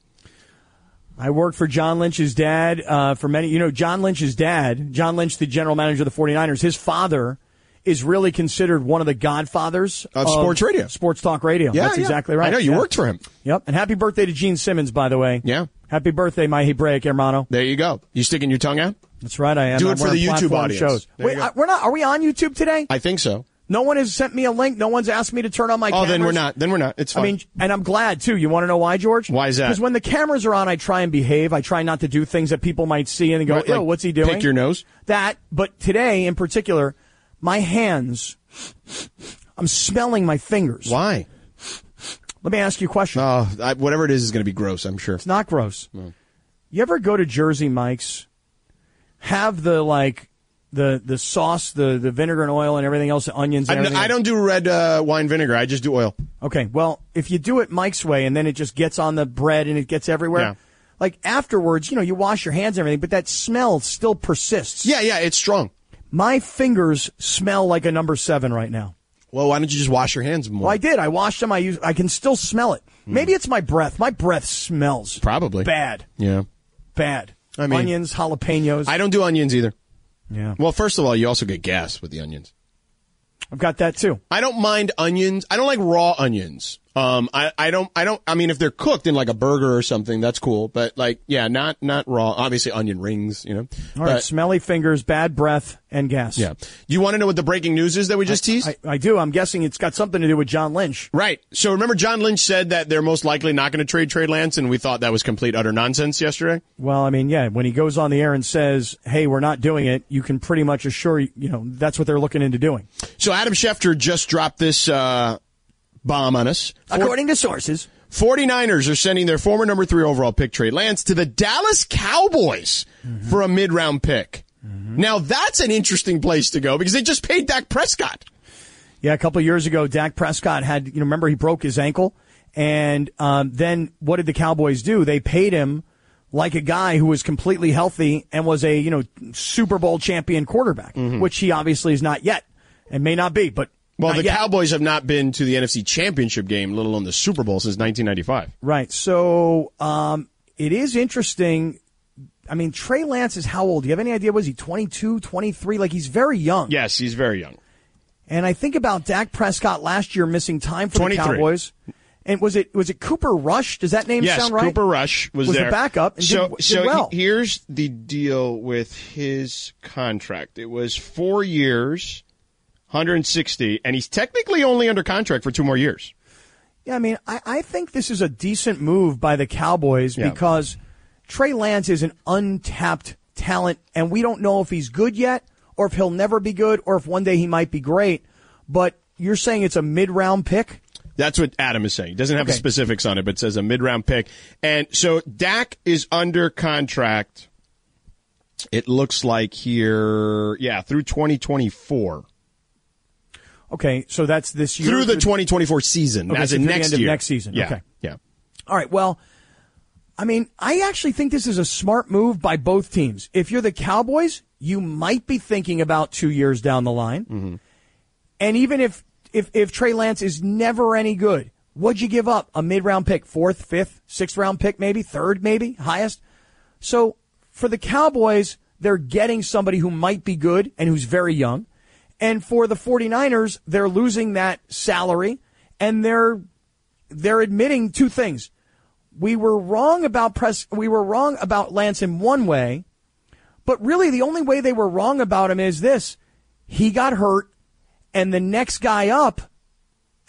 Speaker 4: I worked for John Lynch's dad uh, for many. You know, John Lynch's dad, John Lynch, the general manager of the 49ers, his father is really considered one of the godfathers
Speaker 2: Of sports radio.
Speaker 4: sports talk Oh, radio. That's exactly right.
Speaker 2: I know you
Speaker 4: Yeah.
Speaker 2: worked for him.
Speaker 4: Yep. And happy birthday to Gene Simmons, by the way.
Speaker 2: Yeah.
Speaker 4: Happy birthday, my Hebraic hermano.
Speaker 2: There you go. You sticking your tongue out?
Speaker 4: That's right. I am.
Speaker 2: Do
Speaker 4: I'm
Speaker 2: it for
Speaker 4: wearing
Speaker 2: the YouTube
Speaker 4: platform
Speaker 2: audience.
Speaker 4: Shows.
Speaker 2: There
Speaker 4: Wait,
Speaker 2: you go.
Speaker 4: I, we're not. Are we on YouTube today?
Speaker 2: I think so.
Speaker 4: no one has sent me a link. No one's asked me to turn on my.
Speaker 2: Oh,
Speaker 4: cameras.
Speaker 2: then we're not. Then we're not. It's fine.
Speaker 4: I mean, and I'm glad too. You want to know why, George?
Speaker 2: Why is that?
Speaker 4: Because when the cameras are on, I try and behave. I try not to do things that people might see and go,
Speaker 2: Right,
Speaker 4: "Yo,
Speaker 2: like
Speaker 4: what's he doing?"
Speaker 2: pick your nose?
Speaker 4: That, but today in particular, my hands, I'm smelling my fingers.
Speaker 2: Why?
Speaker 4: Let me ask you a question.
Speaker 2: Uh, I, whatever it is is going to be gross. I'm sure.
Speaker 4: It's not gross. You ever go to Jersey Mike's, have the like the the sauce, the the vinegar and oil and everything else, the onions.
Speaker 2: I,
Speaker 4: And
Speaker 2: don't-
Speaker 4: everything
Speaker 2: I
Speaker 4: else?
Speaker 2: don't do red uh, wine vinegar. I just do oil.
Speaker 4: Okay, well, if you do it Mike's way and then it just gets on the bread and it gets everywhere,
Speaker 2: Yeah.
Speaker 4: like afterwards, you know, you wash your hands and everything, but that smell still persists.
Speaker 2: Yeah, yeah. It's strong.
Speaker 4: My fingers smell like a number seven right now.
Speaker 2: Well, why don't you just wash your hands more? Hmm.
Speaker 4: Well, I did. I washed them. I use. I can still smell it. Maybe it's my breath. My breath smells
Speaker 2: Probably.
Speaker 4: bad,
Speaker 2: Yeah.
Speaker 4: bad.
Speaker 2: I mean-
Speaker 4: onions, jalapenos.
Speaker 2: I don't do onions either.
Speaker 4: yeah,
Speaker 2: Well, first of all, you also get gas with the onions.
Speaker 4: I've got that too.
Speaker 2: I don't mind onions. I don't like raw onions. Um, I, I don't, I don't, I mean, if they're cooked in like a burger or something, that's cool. But like, yeah, not, not raw. Obviously onion rings, you know.
Speaker 4: All right,
Speaker 2: But,
Speaker 4: smelly fingers, bad breath, and gas.
Speaker 2: yeah. You want to know what the breaking news is that we just teased?
Speaker 4: I, I do. I'm guessing it's got something to do with John Lynch.
Speaker 2: right. So remember John Lynch said that they're most likely not going to trade Trey Lance and we thought that was complete utter nonsense yesterday?
Speaker 4: Well, I mean, yeah, when he goes on the air and says, "Hey, we're not doing it," you can pretty much assure you know that's what they're looking into doing,
Speaker 2: So Adam Schefter just dropped this, uh, bomb on us.
Speaker 4: according to sources.
Speaker 2: 49ers are sending their former number three overall pick, Trey Lance, to the Dallas Cowboys
Speaker 4: Mm-hmm.
Speaker 2: for a mid round pick. Now that's an interesting place to go because they just paid Dak Prescott.
Speaker 4: Yeah, a couple of years ago, Dak Prescott had you know remember he broke his ankle, and um, then what did the Cowboys do? They paid him like a guy who was completely healthy and was a you know Super Bowl champion quarterback, which he obviously is not yet, and may not be, but
Speaker 2: Mm-hmm. Well,
Speaker 4: not
Speaker 2: the
Speaker 4: yet.
Speaker 2: Cowboys have not been to the NFC Championship game, let alone the Super Bowl, since 1995.
Speaker 4: Right. So um, it is interesting. I mean, Trey Lance is how old? Do you have any idea? Was he 22, 23? Like, he's very young.
Speaker 2: Yes, he's very young.
Speaker 4: And I think about Dak Prescott last year missing time for
Speaker 2: 23.
Speaker 4: the Cowboys. And was it was it Cooper Rush? Does that name
Speaker 2: Yes,
Speaker 4: sound right?
Speaker 2: Cooper Rush was,
Speaker 4: Was the
Speaker 2: there.
Speaker 4: backup and
Speaker 2: so,
Speaker 4: did- did
Speaker 2: so
Speaker 4: well.
Speaker 2: he- here's the deal with his contract. It was four years, 160, and he's technically only under contract for two more years.
Speaker 4: Yeah, I mean, I, I think this is a decent move by the Cowboys
Speaker 2: Yeah.
Speaker 4: because Trey Lance is an untapped talent, and we don't know if he's good yet, or if he'll never be good, or if one day he might be great. But you're saying it's a mid round pick?
Speaker 2: That's what Adam is saying. He doesn't have the
Speaker 4: Okay.
Speaker 2: specifics on it, but it says a mid round pick. And so Dak is under contract. It looks like here, yeah, through 2024.
Speaker 4: Okay, so that's this year.
Speaker 2: Through the 2024 season,
Speaker 4: Okay,
Speaker 2: as
Speaker 4: so
Speaker 2: in
Speaker 4: through the
Speaker 2: next
Speaker 4: end of
Speaker 2: year.
Speaker 4: next season.
Speaker 2: Yeah.
Speaker 4: Okay.
Speaker 2: Yeah.
Speaker 4: All right. Well, I mean, I actually think this is a smart move by both teams. If you're the Cowboys, you might be thinking about two years down the line. And even if, if, if Trey Lance is never any good, what'd you give up? A mid round pick, fourth, fifth, sixth round pick, maybe third, maybe highest. So for the Cowboys, they're getting somebody who might be good and who's very young. And for the 49ers, they're losing that salary and they're they're admitting two things. We were wrong about press. We were wrong about Lance in one way, but really the only way they were wrong about him is this: he got hurt, and the next guy up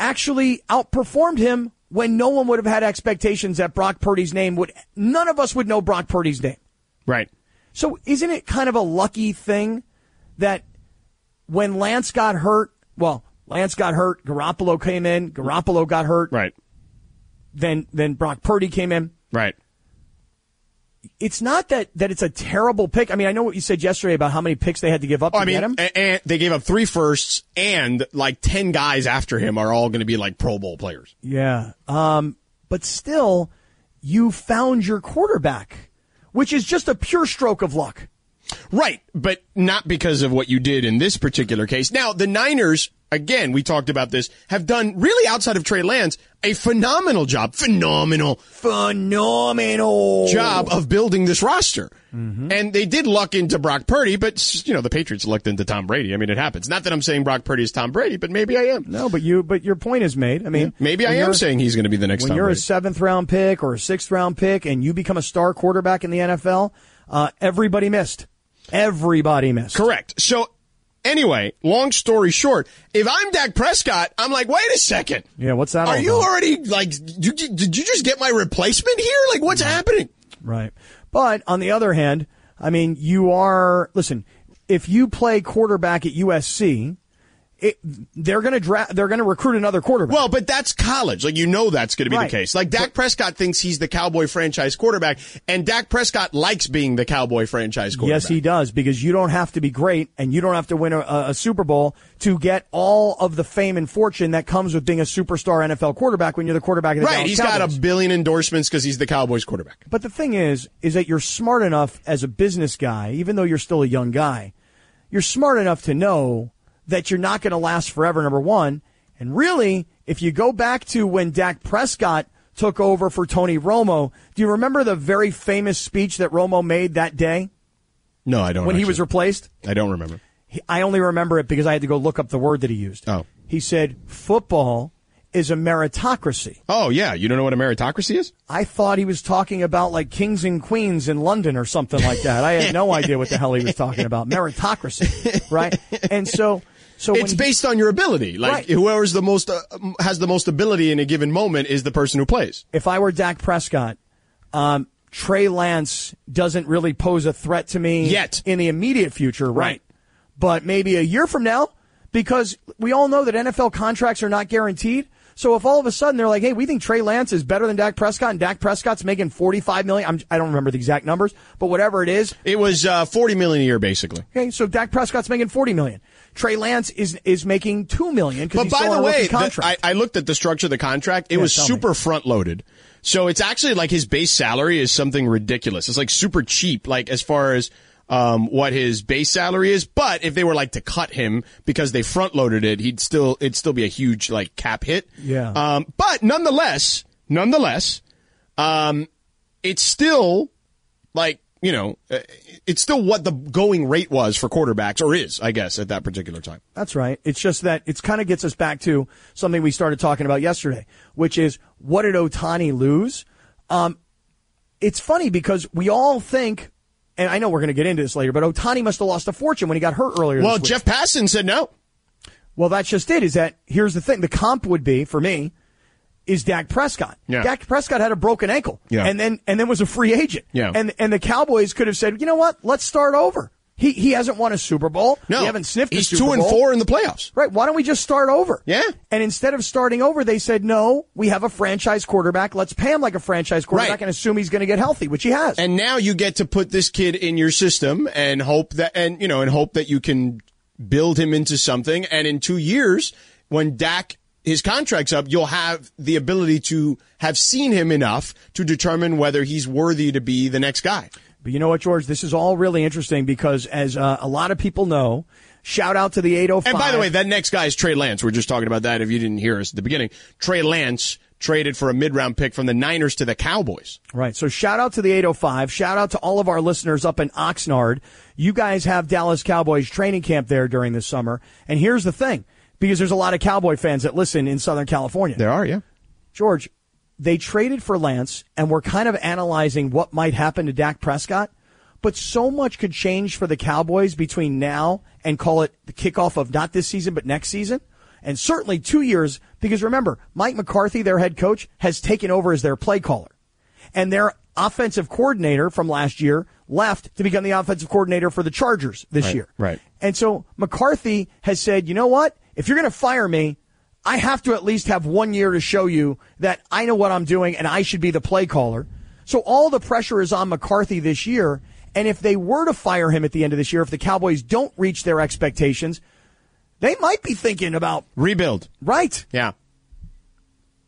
Speaker 4: actually outperformed him when no one would have had expectations that Brock Purdy's name would. None of us would know Brock Purdy's name.
Speaker 2: Right.
Speaker 4: So isn't it kind of a lucky thing that when Lance got hurt, well, Lance got hurt, Garoppolo came in, Garoppolo got hurt,
Speaker 2: Right.
Speaker 4: then then Brock Purdy came in.
Speaker 2: Right.
Speaker 4: It's not that that it's a terrible pick. I mean, I know what you said yesterday about how many picks they had to give up
Speaker 2: Oh,
Speaker 4: to
Speaker 2: I mean,
Speaker 4: get him.
Speaker 2: a- and they gave up three firsts, and like 10 guys after him are all going to be like Pro Bowl players.
Speaker 4: yeah. Um, but still, you found your quarterback, which is just a pure stroke of luck.
Speaker 2: Right, but not because of what you did in this particular case. Now, the Niners again, we talked about this, have done really outside of Trey Lance a phenomenal job, phenomenal, phenomenal job of building this roster.
Speaker 4: Mm-hmm.
Speaker 2: And they did luck into Brock Purdy, but you know the Patriots lucked into Tom Brady. I mean, it happens. Not that I'm saying Brock Purdy is Tom Brady, but maybe I am.
Speaker 4: No, but you, but your point is made. I mean,
Speaker 2: maybe I
Speaker 4: when
Speaker 2: am
Speaker 4: you're-
Speaker 2: saying he's going to be the next
Speaker 4: when
Speaker 2: Tom
Speaker 4: you're a
Speaker 2: Brady.
Speaker 4: seventh round pick or a sixth round pick and you become a star quarterback in the NFL, uh, everybody missed. Everybody missed.
Speaker 2: Correct. So anyway, long story short, if I'm Dak Prescott, I'm like, wait a second.
Speaker 4: Yeah, what's that?
Speaker 2: Are
Speaker 4: all
Speaker 2: you
Speaker 4: about?
Speaker 2: already like? You, did you just get my replacement here? Like, what's happening?
Speaker 4: Right. But on the other hand, I mean, you are, listen, if you play quarterback at USC, it, they're going to draft, they're going to recruit another quarterback.
Speaker 2: Well, but that's college. Like, you know that's going to be
Speaker 4: Right.
Speaker 2: the case. Like, Dak Prescott thinks he's the Cowboy franchise quarterback, and Dak Prescott likes being the Cowboy franchise quarterback.
Speaker 4: Yes, he does because you don't have to be great and you don't have to win a, a Super Bowl to get all of the fame and fortune that comes with being a superstar NFL quarterback when you're the quarterback of the
Speaker 2: right.
Speaker 4: Dallas
Speaker 2: He's
Speaker 4: Cowboys.
Speaker 2: got a billion endorsements because he's the Cowboys quarterback.
Speaker 4: But the thing is, is that you're smart enough as a business guy, even though you're still a young guy, you're smart enough to know that you're not going to last forever, number one. And really, if you go back to when Dak Prescott took over for Tony Romo, do you remember the very famous speech that Romo made that day
Speaker 2: No, I don't.
Speaker 4: when he
Speaker 2: actually.
Speaker 4: was replaced?
Speaker 2: I don't remember.
Speaker 4: He- I only remember it because I had to go look up the word that he used.
Speaker 2: Oh.
Speaker 4: He said, football is a meritocracy.
Speaker 2: Oh yeah, you don't know what a meritocracy is?
Speaker 4: I thought he was talking about like kings and queens in London or something like that. I had no idea what the hell he was talking about. Meritocracy, right? And so, so when
Speaker 2: it's
Speaker 4: he-
Speaker 2: based on your ability. Like
Speaker 4: Right.
Speaker 2: whoever's the most uh, has the most ability in a given moment is the person who plays.
Speaker 4: if I were Dak Prescott, um, Trey Lance doesn't really pose a threat to me
Speaker 2: Yet.
Speaker 4: in the immediate future, right?
Speaker 2: Right.
Speaker 4: But maybe a year from now, because we all know that NFL contracts are not guaranteed. So if all of a sudden they're like, "Hey, we think Trey Lance is better than Dak Prescott, and Dak Prescott's making forty-five million, I'm, I don't remember the exact numbers, but whatever it is,
Speaker 2: It was uh, forty million a year basically.
Speaker 4: Okay, so Dak Prescott's making forty million. Trey Lance is is making two million because
Speaker 2: But
Speaker 4: he's
Speaker 2: by
Speaker 4: still
Speaker 2: the
Speaker 4: on a rookie
Speaker 2: way, the-
Speaker 4: contract.
Speaker 2: I, I looked at the structure of the contract. It was
Speaker 4: tell me.
Speaker 2: super front loaded. So it's actually like his base salary is something ridiculous. It's like super cheap, like as far as um, what his base salary is. But if they were like to cut him because they front loaded it, he'd still it'd still be a huge like cap hit.
Speaker 1: Uh,
Speaker 4: Yeah.
Speaker 2: Um, but nonetheless, nonetheless, um, it's still like you know, uh, it's still what the going rate was for quarterbacks, or is I guess at that particular time.
Speaker 4: That's right. It's just that it's kind of gets us back to something we started talking about yesterday, which is what did Otani lose? Um, it's funny because we all think, and I know we're going to get into this later, but Otani must have lost a fortune when he got hurt earlier.
Speaker 2: Well,
Speaker 4: this week.
Speaker 2: Jeff Passan said no.
Speaker 4: Well, that's just it. Is that here's the thing? The comp would be for me is Dak Prescott.
Speaker 2: Yeah.
Speaker 4: Dak Prescott had a broken ankle,
Speaker 2: Yeah.
Speaker 4: and then and then was a free agent.
Speaker 2: Yeah.
Speaker 4: and and the Cowboys could have said, you know what, let's start over. He he hasn't won a Super Bowl.
Speaker 2: No,
Speaker 4: we haven't sniffed. a
Speaker 2: He's
Speaker 4: Super
Speaker 2: two and
Speaker 4: Bowl.
Speaker 2: four in the playoffs.
Speaker 4: Right? Why don't we just start over?
Speaker 2: Yeah.
Speaker 4: And instead of starting over, they said, no, we have a franchise quarterback. Let's pay him like a franchise quarterback
Speaker 2: Right.
Speaker 4: and assume he's going to get healthy, which he has.
Speaker 2: And now you get to put this kid in your system and hope that, and you know, and hope that you can build him into something. And in two years, when Dak his contract's up, you'll have the ability to have seen him enough to determine whether he's worthy to be the next guy.
Speaker 4: But you know what, George? This is all really interesting because, as uh, a lot of people know, shout out to the 805.
Speaker 2: And by the way, that next guy is Trey Lance. We are just talking about that. If you didn't hear us at the beginning, Trey Lance traded for a mid-round pick from the Niners to the Cowboys.
Speaker 4: Right. So shout out to the 805. Shout out to all of our listeners up in Oxnard. You guys have Dallas Cowboys training camp there during the summer. And here's the thing, because there's a lot of Cowboy fans that listen in Southern California.
Speaker 2: are, yeah.
Speaker 4: George, they traded for Lance and we're kind of analyzing what might happen to Dak Prescott, but so much could change for the Cowboys between now and call it the kickoff of not this season, but next season. And certainly two years, because remember, Mike McCarthy, their head coach, has taken over as their play caller. And their offensive coordinator from last year left to become the offensive coordinator for the Chargers this year.
Speaker 2: right.
Speaker 4: And so McCarthy has said, you know what? If you're going to fire me, I have to at least have one year to show you that I know what I'm doing and I should be the play caller. So all the pressure is on McCarthy this year. And if they were to fire him at the end of this year, if the Cowboys don't reach their expectations, they might be thinking about,
Speaker 2: Rebuild.
Speaker 4: right?
Speaker 2: Yeah.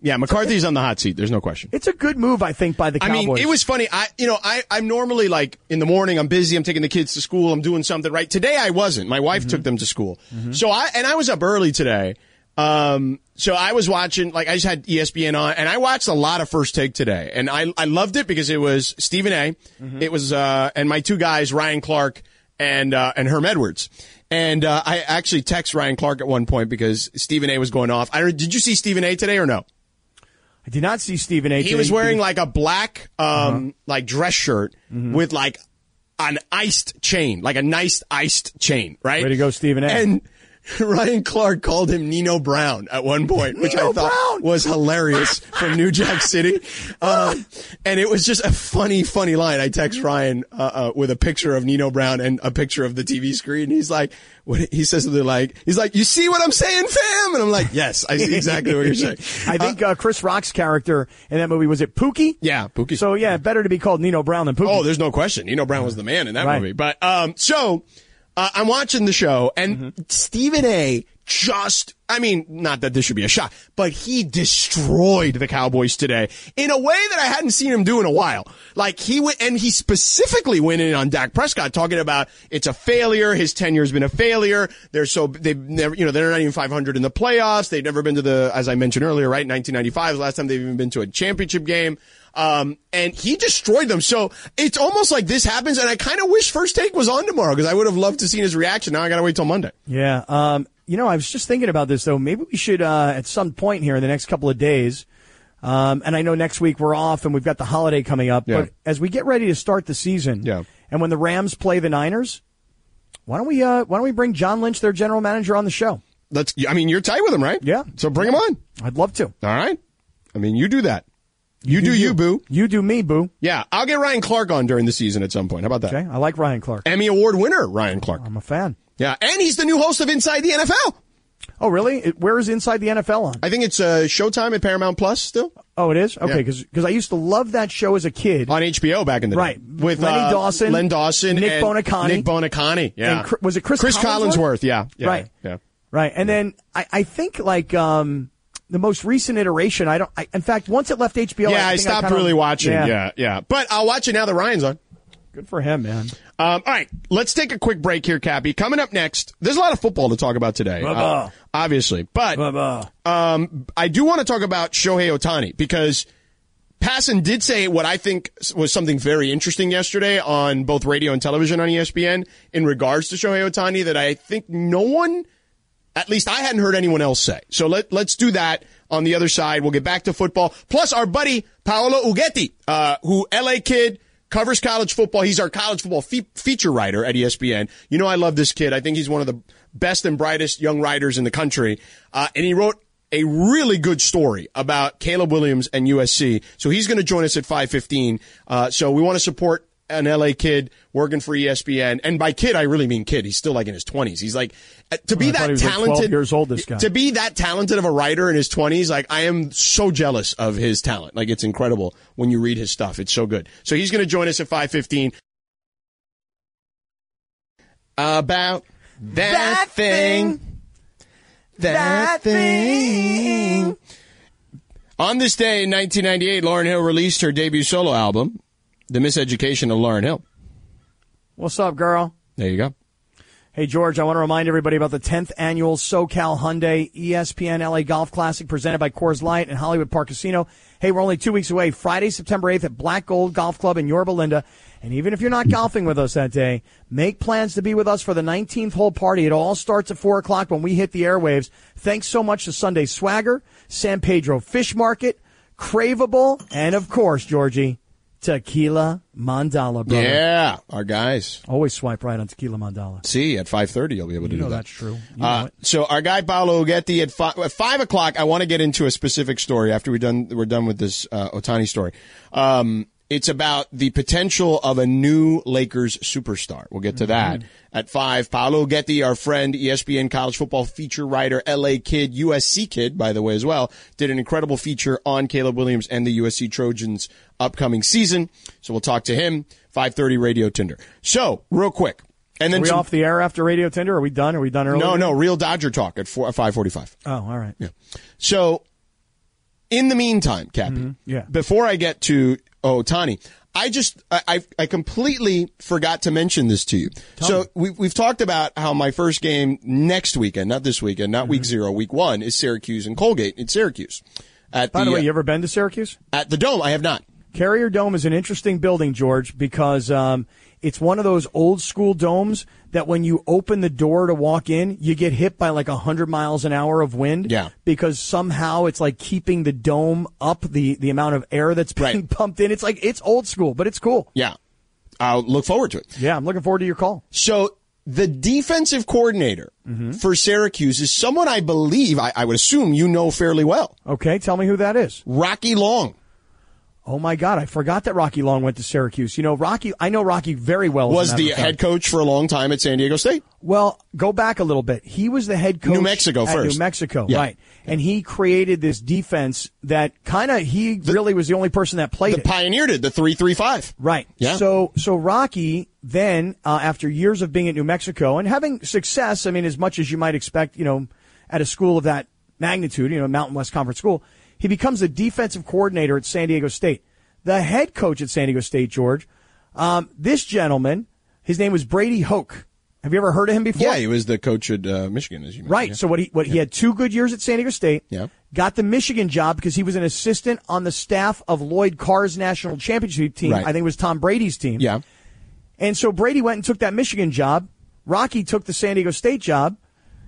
Speaker 2: Yeah, McCarthy's on the hot seat. There's no question.
Speaker 4: It's a good move, I think, by the
Speaker 2: I
Speaker 4: Cowboys.
Speaker 2: mean, it was funny. I, you know, I, I'm normally like in the morning, I'm busy, I'm taking the kids to school, I'm doing something, right? Today I wasn't. My
Speaker 4: Mm-hmm.
Speaker 2: wife took them to school. So I, and I was up early today. Um, so I was watching, like, I just had E ESPN on and I watched a lot of first take today. And I, I loved it because it was Stephen A.
Speaker 4: Mm-hmm.
Speaker 2: It was, uh, and my two guys, Ryan Clark and, uh, and Herm Edwards. And, uh, I actually text Ryan Clark at one point because Stephen A was going off. I, don't- did you see Stephen A today or no?
Speaker 4: I did not see Stephen A.
Speaker 2: He was wearing like a black um
Speaker 4: Uh-huh.
Speaker 2: like dress shirt
Speaker 4: Mm-hmm.
Speaker 2: with like an iced chain, like a nice iced chain, right?
Speaker 4: Way to go, Stephen A.
Speaker 2: And Ryan Clark called him Nino Brown at one point, which I thought was hilarious from New Jack City. Um, and it was just a funny, funny line. I text Ryan uh, uh, with a picture of Nino Brown and a picture of the TV screen. He's like, what, he says something like, he's like, you see what I'm saying, fam? And I'm like, yes, I see exactly what you're saying.
Speaker 4: I think uh, Chris Rock's character in that movie was it Pookie?
Speaker 2: Yeah, Pookie.
Speaker 4: So yeah, better to be called Nino Brown than Pookie.
Speaker 2: Oh, there's no question. Nino Brown was the man in that
Speaker 4: Right.
Speaker 2: movie. But um, so uh, I'm watching the show, and Stephen A. just, I mean, not that this should be a shock, but he destroyed the Cowboys today in a way that I hadn't seen him do in a while. Like he went, and he specifically went in on Dak Prescott, talking about it's a failure. His tenure has been a failure. They're so they've never, you know, they're not even 500 in the playoffs. They've never been to the, as I mentioned earlier, right? 1995 is the last time they've even been to a championship game. Um, and he destroyed them. So it's almost like this happens. And I kind of wish first take was on tomorrow because I would have loved to seen his reaction. Now I got to wait till Monday.
Speaker 4: Yeah. Um, you know, I was just thinking about this though. Maybe we should, uh, at some point here in the next couple of days, um, and I know next week we're off and we've got the holiday coming up,
Speaker 2: Yeah.
Speaker 4: but as we get ready to start the season, yeah. and when the Rams play the Niners, why don't we, uh, why don't we bring John Lynch, their general manager, on the show?
Speaker 2: Let's, I mean, you're tight with him, right?
Speaker 4: Yeah.
Speaker 2: So bring him on.
Speaker 4: I'd love to. All
Speaker 2: right. I mean, you do that. You, do, you, boo.
Speaker 4: You do me, boo.
Speaker 2: Yeah. I'll get Ryan Clark on during the season at some point. How about that?
Speaker 4: Okay. I like Ryan Clark.
Speaker 2: Emmy Award winner, Ryan Clark.
Speaker 4: I'm a fan.
Speaker 2: Yeah. And he's the new host of Inside the NFL.
Speaker 4: Oh, really? It- Where is Inside the NFL on?
Speaker 2: I think it's uh, Showtime at Paramount Plus still
Speaker 4: Oh, it is? Okay,
Speaker 2: Yeah.
Speaker 4: because I used to love that show as a kid.
Speaker 2: on HBO back in the
Speaker 4: Right.
Speaker 2: day. With
Speaker 4: Lenny
Speaker 2: uh,
Speaker 4: Dawson,
Speaker 2: Len Dawson,
Speaker 4: Nick
Speaker 2: and
Speaker 4: Bonacani.
Speaker 2: Nick Bonacani. Yeah.
Speaker 4: And Cr- was it Chris
Speaker 2: Chris
Speaker 4: Collinsworth?
Speaker 2: Collinsworth? Yeah. yeah.
Speaker 4: Right.
Speaker 2: Yeah.
Speaker 4: Right. And then I, I think like um the most recent iteration, I don't I, in fact once it left HBO
Speaker 2: yeah, I,
Speaker 4: think
Speaker 2: stopped
Speaker 4: kinda-
Speaker 2: really watching. Yeah. yeah, But I'll watch it now that Ryan's on.
Speaker 4: Good for him, man.
Speaker 2: Um, all right, let's take a quick break here, Cappy. Coming up next, there's a lot of football to talk about today,
Speaker 4: Bubba.
Speaker 2: uh, obviously. But um, I do want to talk about Shohei Otani because Passon did say what I think was something very interesting yesterday on both radio and television on E ESPN in regards to Shohei Otani that I think no one, at least I hadn't heard anyone else say. So let, let's do that on the other side. We'll get back to football. Plus our buddy Paolo Ugetti, uh, who LA kid covers college football. He's our college football fe- feature writer at E ESPN. You know, I love this kid. I think he's one of the best and brightest young writers in the country. Uh, and he wrote a really good story about Caleb Williams and USC. So he's going to join us at 5:15. Uh, so we want to support an LA kid working for E ESPN, and by kid I really mean kid. He's still like in his 20s. He's like uh, to be
Speaker 4: I thought
Speaker 2: that
Speaker 4: he was, like, 12
Speaker 2: talented
Speaker 4: years old, this guy.
Speaker 2: to be that talented of a writer in his 20s. Like I am so jealous of his talent. Like it's incredible when you read his stuff. It's so good. So he's going to join us at 5:15. About that,
Speaker 4: That
Speaker 2: thing.
Speaker 4: That
Speaker 2: thing. On this day in 1998, Lauren Hill released her debut solo album, The Miseducation of Lauren Hill.
Speaker 4: What's up, girl?
Speaker 2: There you go.
Speaker 4: Hey George, I want to remind everybody about the 10th annual SoCal Hyundai E ESPN LA Golf Classic presented by Coors Light and Hollywood Park Casino. Hey, we're only two weeks away. Friday, September 8th at Black Gold Golf Club in Yorba Linda. And even if you're not golfing with us that day, make plans to be with us for the 19th hole party. It all starts at four o'clock when we hit the airwaves. Thanks so much to Sunday Swagger, San Pedro Fish Market, Craveable, and of course, Georgie, Tequila Mandala, brother.
Speaker 2: Yeah, our guys.
Speaker 4: Always swipe right on Tequila Mandala.
Speaker 2: See, at 5.30 you'll be able to
Speaker 4: You
Speaker 2: do
Speaker 4: know
Speaker 2: that.
Speaker 4: that's true.
Speaker 2: Mm-hmm. Uh, so our guy Paolo Getty at five, at five o'clock. I want to get into a specific story after we done we're done with this uh, Otani story. Um, it's about the potential of a new Lakers superstar. We'll get to
Speaker 4: Mm-hmm.
Speaker 2: that at five. Paolo Getty, our friend, E ESPN college football feature writer, LA kid, USC kid, by the way, as well, did an incredible feature on Caleb Williams and the USC Trojans upcoming season. So we'll talk to him. Five thirty Radio Tinder. So real quick, and
Speaker 4: Are
Speaker 2: then
Speaker 4: we
Speaker 2: some-
Speaker 4: off the air after Radio Tinder? Are we done? Are we done early?
Speaker 2: no, no, real Dodger talk at four, five forty-five.
Speaker 4: Oh, all right.
Speaker 2: So In the meantime, Cappy,
Speaker 4: Mm-hmm. yeah.
Speaker 2: before I get to Otani, I just I, I I completely forgot to mention this to you. so we we've talked about how my first game next weekend, not this weekend, not
Speaker 4: Mm-hmm.
Speaker 2: week zero, week one, is Syracuse and Colgate in Syracuse. At
Speaker 4: By the, way,
Speaker 2: uh,
Speaker 4: you ever been to Syracuse?
Speaker 2: At the Dome, I have not.
Speaker 4: Carrier Dome is an interesting building, George, because um, it's one of those old school domes that when you open the door to walk in, you get hit by like 100 miles an hour of wind.
Speaker 2: Yeah.
Speaker 4: Because somehow it's like keeping the dome up, the, the amount of air that's being pumped in. It's like, it's old school, but it's cool.
Speaker 2: yeah, I'll look forward to it.
Speaker 4: Yeah, I'm looking forward to your call. Mm-hmm.
Speaker 2: So the defensive coordinator for Syracuse is someone I believe, I, I would assume you know fairly well.
Speaker 4: Okay, tell me who that is.
Speaker 2: Rocky Long.
Speaker 4: Oh my God, I forgot that Rocky Long went to Syracuse. You know, Rocky, I know Rocky very well. as a
Speaker 2: Was
Speaker 4: matter
Speaker 2: the
Speaker 4: of fact.
Speaker 2: head coach for a long time at San Diego State.
Speaker 4: Well, go back a little bit. He was the head coach
Speaker 2: New Mexico
Speaker 4: at
Speaker 2: first.
Speaker 4: New Mexico,
Speaker 2: Yeah.
Speaker 4: right? And he created this defense that kind of he really was the only person that played
Speaker 2: The
Speaker 4: it.
Speaker 2: pioneered it, the 335.
Speaker 4: Right.
Speaker 2: Yeah.
Speaker 4: So so Rocky then uh, after years of being at New Mexico and having success, I mean as much as you might expect, you know, at a school of that magnitude, you know, Mountain West Conference school, he becomes the defensive coordinator at San Diego State. The head coach at San Diego State, George. Um, this gentleman, his name was Brady Hoke. Have you ever heard of him before?
Speaker 2: Yeah, he was the coach at uh, Michigan, as you mentioned.
Speaker 4: Right. So what he what he had two good years at San Diego State.
Speaker 2: Yeah.
Speaker 4: Got the Michigan job because he was an assistant on the staff of Lloyd Carr's national championship team.
Speaker 2: Right.
Speaker 4: I think it was Tom Brady's team.
Speaker 2: Yeah.
Speaker 4: And so Brady went and took that Michigan job. Rocky took the San Diego State job.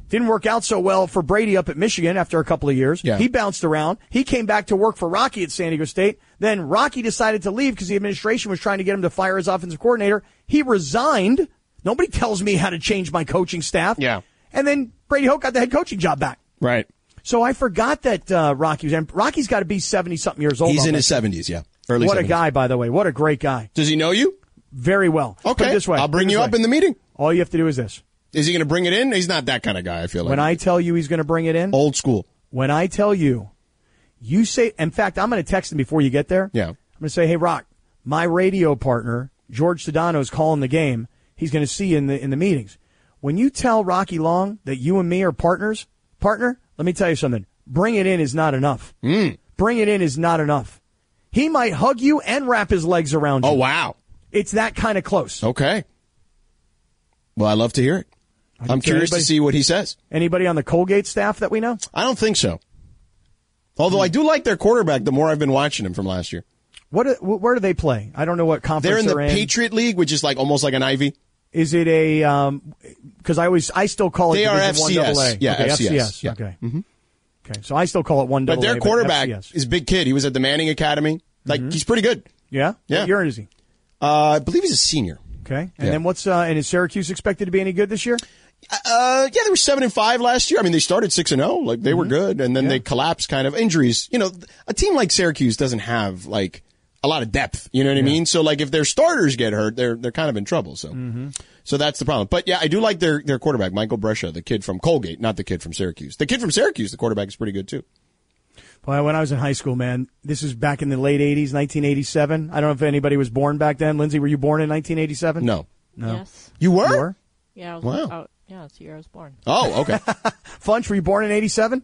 Speaker 4: Didn't work out so well for Brady up at Michigan after a couple of years.
Speaker 2: Yeah.
Speaker 4: He bounced around. He came back to work for Rocky at San Diego State. Then Rocky decided to leave because the administration was trying to get him to fire his offensive coordinator. He resigned. Nobody tells me how to change my coaching staff.
Speaker 2: Yeah.
Speaker 4: And then Brady Hoke got the head coaching job back.
Speaker 2: Right.
Speaker 4: So I forgot that uh, Rocky was, and Rocky's got to be 70 something years old.
Speaker 2: He's
Speaker 4: I'll
Speaker 2: in
Speaker 4: bet.
Speaker 2: his 70s, yeah. Early
Speaker 4: What a
Speaker 2: 70s.
Speaker 4: guy, by the way. What a great guy.
Speaker 2: Does he know you?
Speaker 4: Very well. Put
Speaker 2: Okay.
Speaker 4: it this way.
Speaker 2: I'll
Speaker 4: Put it
Speaker 2: bring
Speaker 4: this
Speaker 2: you
Speaker 4: way.
Speaker 2: up in the meeting.
Speaker 4: All you have to do is this.
Speaker 2: Is he going to bring it in? He's not that kind of guy, I feel like.
Speaker 4: When I tell you he's going to bring it in,
Speaker 2: Old school.
Speaker 4: when I tell you, you say, in fact, I'm going to text him before you get there.
Speaker 2: Yeah.
Speaker 4: I'm going to say, hey, Rock, my radio partner, George Sedano, is calling the game. He's going to see you in the, in the meetings. When you tell Rocky Long that you and me are partners, partner, let me tell you something. Bring it in is not enough.
Speaker 2: Mm.
Speaker 4: Bring it in is not enough. He might hug you and wrap his legs around you.
Speaker 2: Oh, wow.
Speaker 4: It's that kind of close.
Speaker 2: Okay. Well, I love to hear it. I'm curious
Speaker 4: anybody-
Speaker 2: to see what he says.
Speaker 4: Anybody on the Colgate staff that we know?
Speaker 2: I don't think so. Although I do like their quarterback the more I've been watching him from last year.
Speaker 4: What? do- Where do they play? I don't know what conference
Speaker 2: They're in the
Speaker 4: in.
Speaker 2: Patriot League, which is like almost like an Ivy.
Speaker 4: Is it a um 'cause Because I always I still call it
Speaker 2: They are
Speaker 4: Division One
Speaker 2: FCS.
Speaker 4: Double A.
Speaker 2: Yeah,
Speaker 4: okay,
Speaker 2: FCS. Yeah. Mm-hmm.
Speaker 4: Okay. Okay. So I still call it one
Speaker 2: But
Speaker 4: double A.
Speaker 2: their quarterback
Speaker 4: FCS.
Speaker 2: is a big kid. He was at the Manning Academy. Like he's pretty good.
Speaker 4: Mm-hmm. yeah.
Speaker 2: Yeah.
Speaker 4: What year is he?
Speaker 2: Uh, I believe he's a senior.
Speaker 4: Okay. And
Speaker 2: Yeah.
Speaker 4: then what's uh and is Syracuse expected to be any good this year?
Speaker 2: Uh, yeah, they were seven and five last year. I mean, they started six and zero. Like they
Speaker 4: Mm-hmm.
Speaker 2: were good, and then they collapsed. Kind of injuries. You know, a team like Syracuse doesn't have like a lot of depth. You know what I mean? So like if their starters get hurt, they're they're kind of in trouble. So.
Speaker 4: Mm-hmm.
Speaker 2: So that's the problem. But yeah, I do like their, their quarterback, Michael Brescia, the kid from Colgate, not the kid from Syracuse. The kid from Syracuse, the quarterback is pretty good too.
Speaker 4: Well, when I was in high school, man, this is back in the late '80s, 1987. I don't know if anybody was born back then. Lindsay, were you born in 1987?
Speaker 2: No.
Speaker 4: No.
Speaker 7: Yes.
Speaker 2: You were?
Speaker 4: You were?
Speaker 7: Yeah. I was,
Speaker 2: Wow.
Speaker 7: oh, yeah, it's the year I was born.
Speaker 2: Oh, okay.
Speaker 4: Funch, were you born in '87?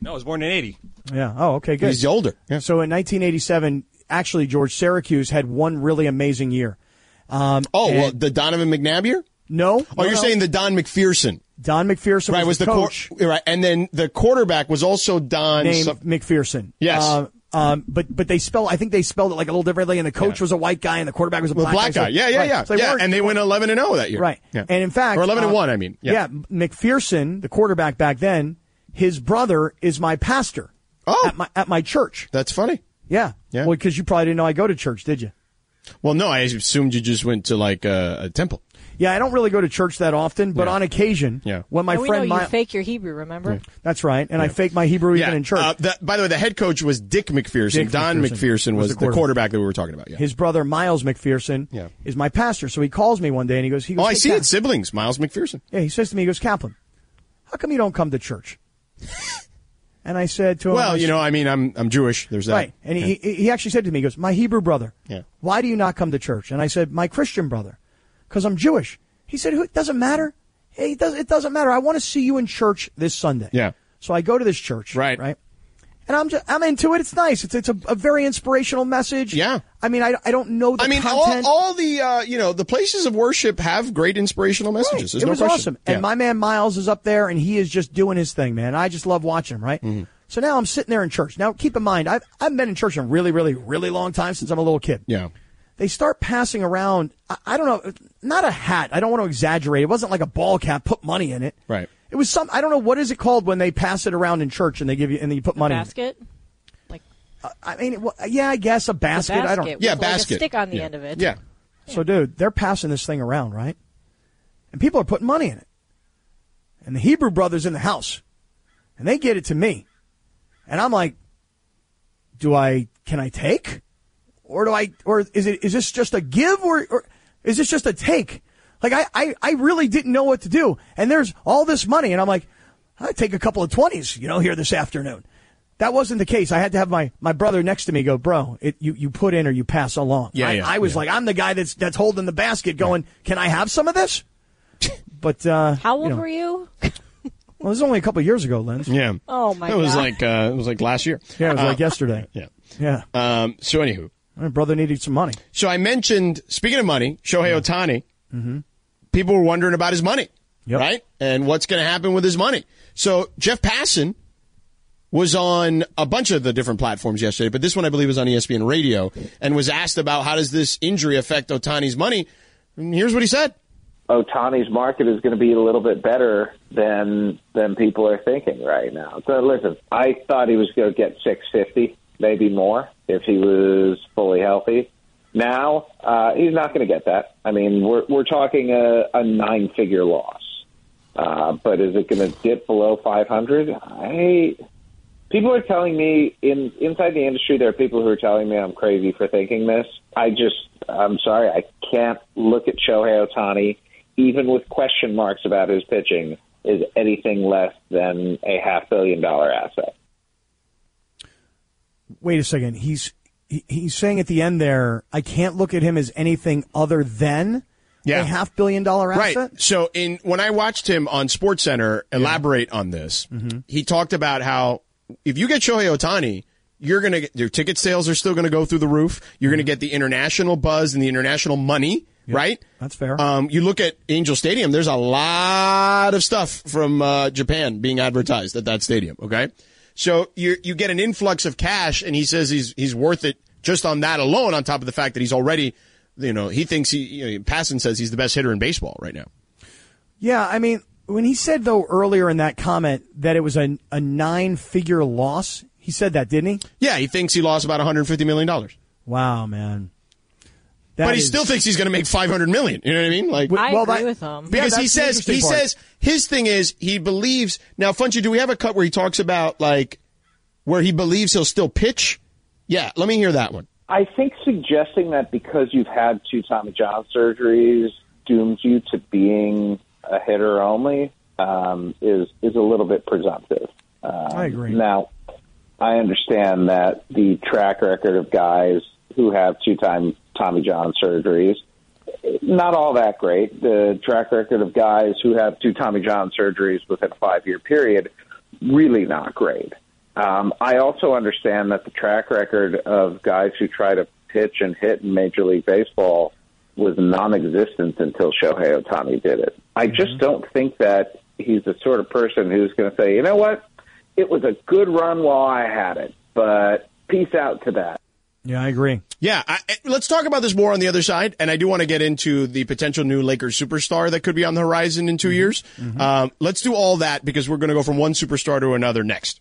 Speaker 10: No, I was born in 80.
Speaker 4: Yeah. Oh, okay. Good.
Speaker 2: He's older. Yeah.
Speaker 4: So in 1987, actually, George Syracuse had one really amazing year. Um,
Speaker 2: Oh, well,
Speaker 4: and-
Speaker 2: the Donovan McNabb year?
Speaker 4: no.
Speaker 2: Oh,
Speaker 4: no,
Speaker 2: you're
Speaker 4: no.
Speaker 2: saying the Don McPherson.
Speaker 4: Don McPherson
Speaker 2: Right, was the cor-
Speaker 4: coach
Speaker 2: right, and then the quarterback was also Don.
Speaker 4: named
Speaker 2: some-
Speaker 4: McPherson.
Speaker 2: Yes.
Speaker 4: Uh, um, but but they spell I think they spelled it like a little differently, and the coach was a white guy, and the quarterback was a
Speaker 2: the
Speaker 4: black,
Speaker 2: black
Speaker 4: So-
Speaker 2: guy. Yeah, yeah,
Speaker 4: right.
Speaker 2: yeah.
Speaker 4: So they
Speaker 2: yeah,
Speaker 4: weren't-
Speaker 2: and they went 11 and 0 that year.
Speaker 4: right.
Speaker 2: Yeah.
Speaker 4: And in fact,
Speaker 2: or 11 and
Speaker 4: uh,
Speaker 2: 1, I mean. Yeah.
Speaker 4: McPherson, the quarterback back then, his brother is my pastor.
Speaker 2: Oh.
Speaker 4: at my at my church.
Speaker 2: That's funny.
Speaker 4: Yeah.
Speaker 2: Yeah.
Speaker 4: Well, because you probably didn't know I go to church, did you?
Speaker 2: Well, no, I assumed you just went to like uh, a, a temple.
Speaker 4: Yeah, I don't really go to church that often, but on occasion,
Speaker 2: Yeah.
Speaker 4: when my
Speaker 7: And we know
Speaker 4: friend
Speaker 7: you
Speaker 4: my,
Speaker 7: fake your Hebrew, remember?
Speaker 4: that's right, and I fake my Hebrew even in church.
Speaker 2: Uh, that, by the way, the head coach was Dick McPherson.
Speaker 4: Dick
Speaker 2: Don
Speaker 4: McPherson
Speaker 2: McPherson was, the, quarterback. that we were talking about. Yeah.
Speaker 4: his brother Miles McPherson
Speaker 2: Yeah.
Speaker 4: is my pastor. So he calls me one day and he goes, he goes,
Speaker 2: oh, I
Speaker 4: "Hey,
Speaker 2: see
Speaker 4: Cap-"
Speaker 2: it. Siblings, Miles McPherson.
Speaker 4: Yeah, he says to me, he goes, Kaplan, how come you don't come to church? and I said to him, I
Speaker 2: Well, you
Speaker 4: said-
Speaker 2: know, I mean, I'm I'm Jewish. There's that.
Speaker 4: right. And he, he he actually said to me, he goes, my Hebrew brother,
Speaker 2: Yeah.
Speaker 4: why do you not come to church? And I said, my Christian brother, because I'm Jewish. He said, Who, it doesn't matter. Hey, It, does, it doesn't matter. I want to see you in church this Sunday.
Speaker 2: Yeah.
Speaker 4: So I go to this church.
Speaker 2: Right.
Speaker 4: Right. And I'm just, I'm into it. It's nice. It's it's a, a very inspirational message. Yeah. I mean, I, I don't know the
Speaker 2: I mean, all,
Speaker 4: content.
Speaker 2: all the uh, you know the places of worship have great inspirational messages. There's
Speaker 4: it
Speaker 2: no
Speaker 4: was
Speaker 2: question.
Speaker 4: awesome.
Speaker 2: Yeah.
Speaker 4: And my man Miles is up there, and he is just doing his thing, man. I just love watching him, right?
Speaker 2: Mm-hmm.
Speaker 4: So now I'm sitting there in church. Now, keep in mind, I've, I've been in church in a really, really, really long time since I'm a little kid.
Speaker 2: Yeah.
Speaker 4: They start passing around, I, I don't know, not a hat. I don't want to exaggerate. It wasn't like a ball cap, put money in it.
Speaker 2: Right.
Speaker 4: It was some, I don't know, what is it called when they pass it around in church and they give you, and then you put money in it?
Speaker 7: basket.
Speaker 4: I mean, it wa- yeah, I guess a basket. I don't.
Speaker 7: basket with, like, a stick on the end of it.
Speaker 4: So, dude, they're passing this thing around, right? And people are putting money in it. And the Hebrew brothers in the house, and they get it to me, and I'm like, do I? Can I take? Or do I? Or is it? Is this just a give? Or, or is this just a take? Like I, I, I really didn't know what to do. And there's all this money, and I'm like, I take a couple of twenties, you know, here this afternoon. That wasn't the case. I had to have my, my brother next to me go, bro, it, you, you put in or you pass along.
Speaker 11: Yeah,
Speaker 4: I,
Speaker 11: yeah,
Speaker 4: I was like, I'm the guy that's that's holding the basket, going, can I have some of this? But uh,
Speaker 7: How old
Speaker 4: you know,
Speaker 7: were you?
Speaker 4: Well, this is only a couple of years ago, Lens.
Speaker 2: Yeah.
Speaker 7: Oh my
Speaker 2: It was
Speaker 7: God.
Speaker 2: like uh, it was like last year.
Speaker 4: Yeah, it was
Speaker 2: Uh,
Speaker 4: like yesterday.
Speaker 2: Yeah.
Speaker 4: Yeah.
Speaker 2: Um, so anywho,
Speaker 4: my brother needed some money.
Speaker 2: So I mentioned speaking of money, Shohei Otani.
Speaker 4: Mm-hmm.
Speaker 2: People were wondering about his money, right? And what's going to happen with his money? So Jeff Passan was on a bunch of the different platforms yesterday, but this one I believe was on E ESPN Radio and was asked about how does this injury affect Otani's money? And here's what he said.
Speaker 12: Otani's market is going to be a little bit better than than people are thinking right now. So listen, I thought he was going to get 650, maybe more, if he was fully healthy. Now uh, he's not going to get that. I mean, we're we're talking a, a nine figure loss. Uh, but is it going to dip below 500? I people are telling me in inside the industry there are people who are telling me I'm crazy for thinking this. I just I'm sorry, I can't look at Shohei Otani, even with question marks about his pitching, is anything less than a half billion dollar asset.
Speaker 4: Wait a second. He's he, he's saying at the end there, I can't look at him as anything other than
Speaker 2: Yeah.
Speaker 4: a half billion dollar asset.
Speaker 2: Right. So in when I watched him on Sports Center elaborate on this,
Speaker 4: Mm-hmm.
Speaker 2: he talked about how if you get Shohei Otani, you're gonna get your ticket sales are still gonna go through the roof. You're
Speaker 4: Mm-hmm.
Speaker 2: gonna get the international buzz and the international money, right?
Speaker 4: That's fair.
Speaker 2: Um, you look at Angel Stadium. There's a lot of stuff from uh, Japan being advertised at that stadium. Okay, so you you get an influx of cash, and he says he's he's worth it just on that alone. On top of the fact that he's already, you know, he thinks he you know, Passon says he's the best hitter in baseball right now.
Speaker 4: Yeah, I mean, when he said though earlier in that comment that it was a a nine figure loss, he said that, didn't he?
Speaker 2: Yeah, he thinks he lost about 150 million dollars,
Speaker 4: Wow, man.
Speaker 2: but he
Speaker 4: is-
Speaker 2: still thinks he's going to make 500 million. You know what I mean? Like,
Speaker 7: I agree with him.
Speaker 2: because he says he says his thing is he believes now Funchy, do we have a cut where he talks about like where he believes he'll still pitch yeah let me hear that one
Speaker 12: I think suggesting that because you've had two Tommy John surgeries dooms you to being a hitter only um, is is a little bit presumptive. Um,
Speaker 13: I agree.
Speaker 12: Now, I understand that the track record of guys who have two time Tommy John surgeries not all that great. The track record of guys who have two Tommy John surgeries within a five year period, really not great. Um, I also understand that the track record of guys who try to pitch and hit in Major League Baseball was non existent until Shohei Otani did it. I just don't think that he's the sort of person who's going to say, you know what? It was a good run while I had it, but peace out to that.
Speaker 4: Yeah, I agree.
Speaker 2: yeah I, I- let's talk about this more on the other side and I do want to get into the potential new Lakers superstar that could Mm-hmm. be on the horizon in 2 years um, let's do all that because we're going to go from one superstar to another next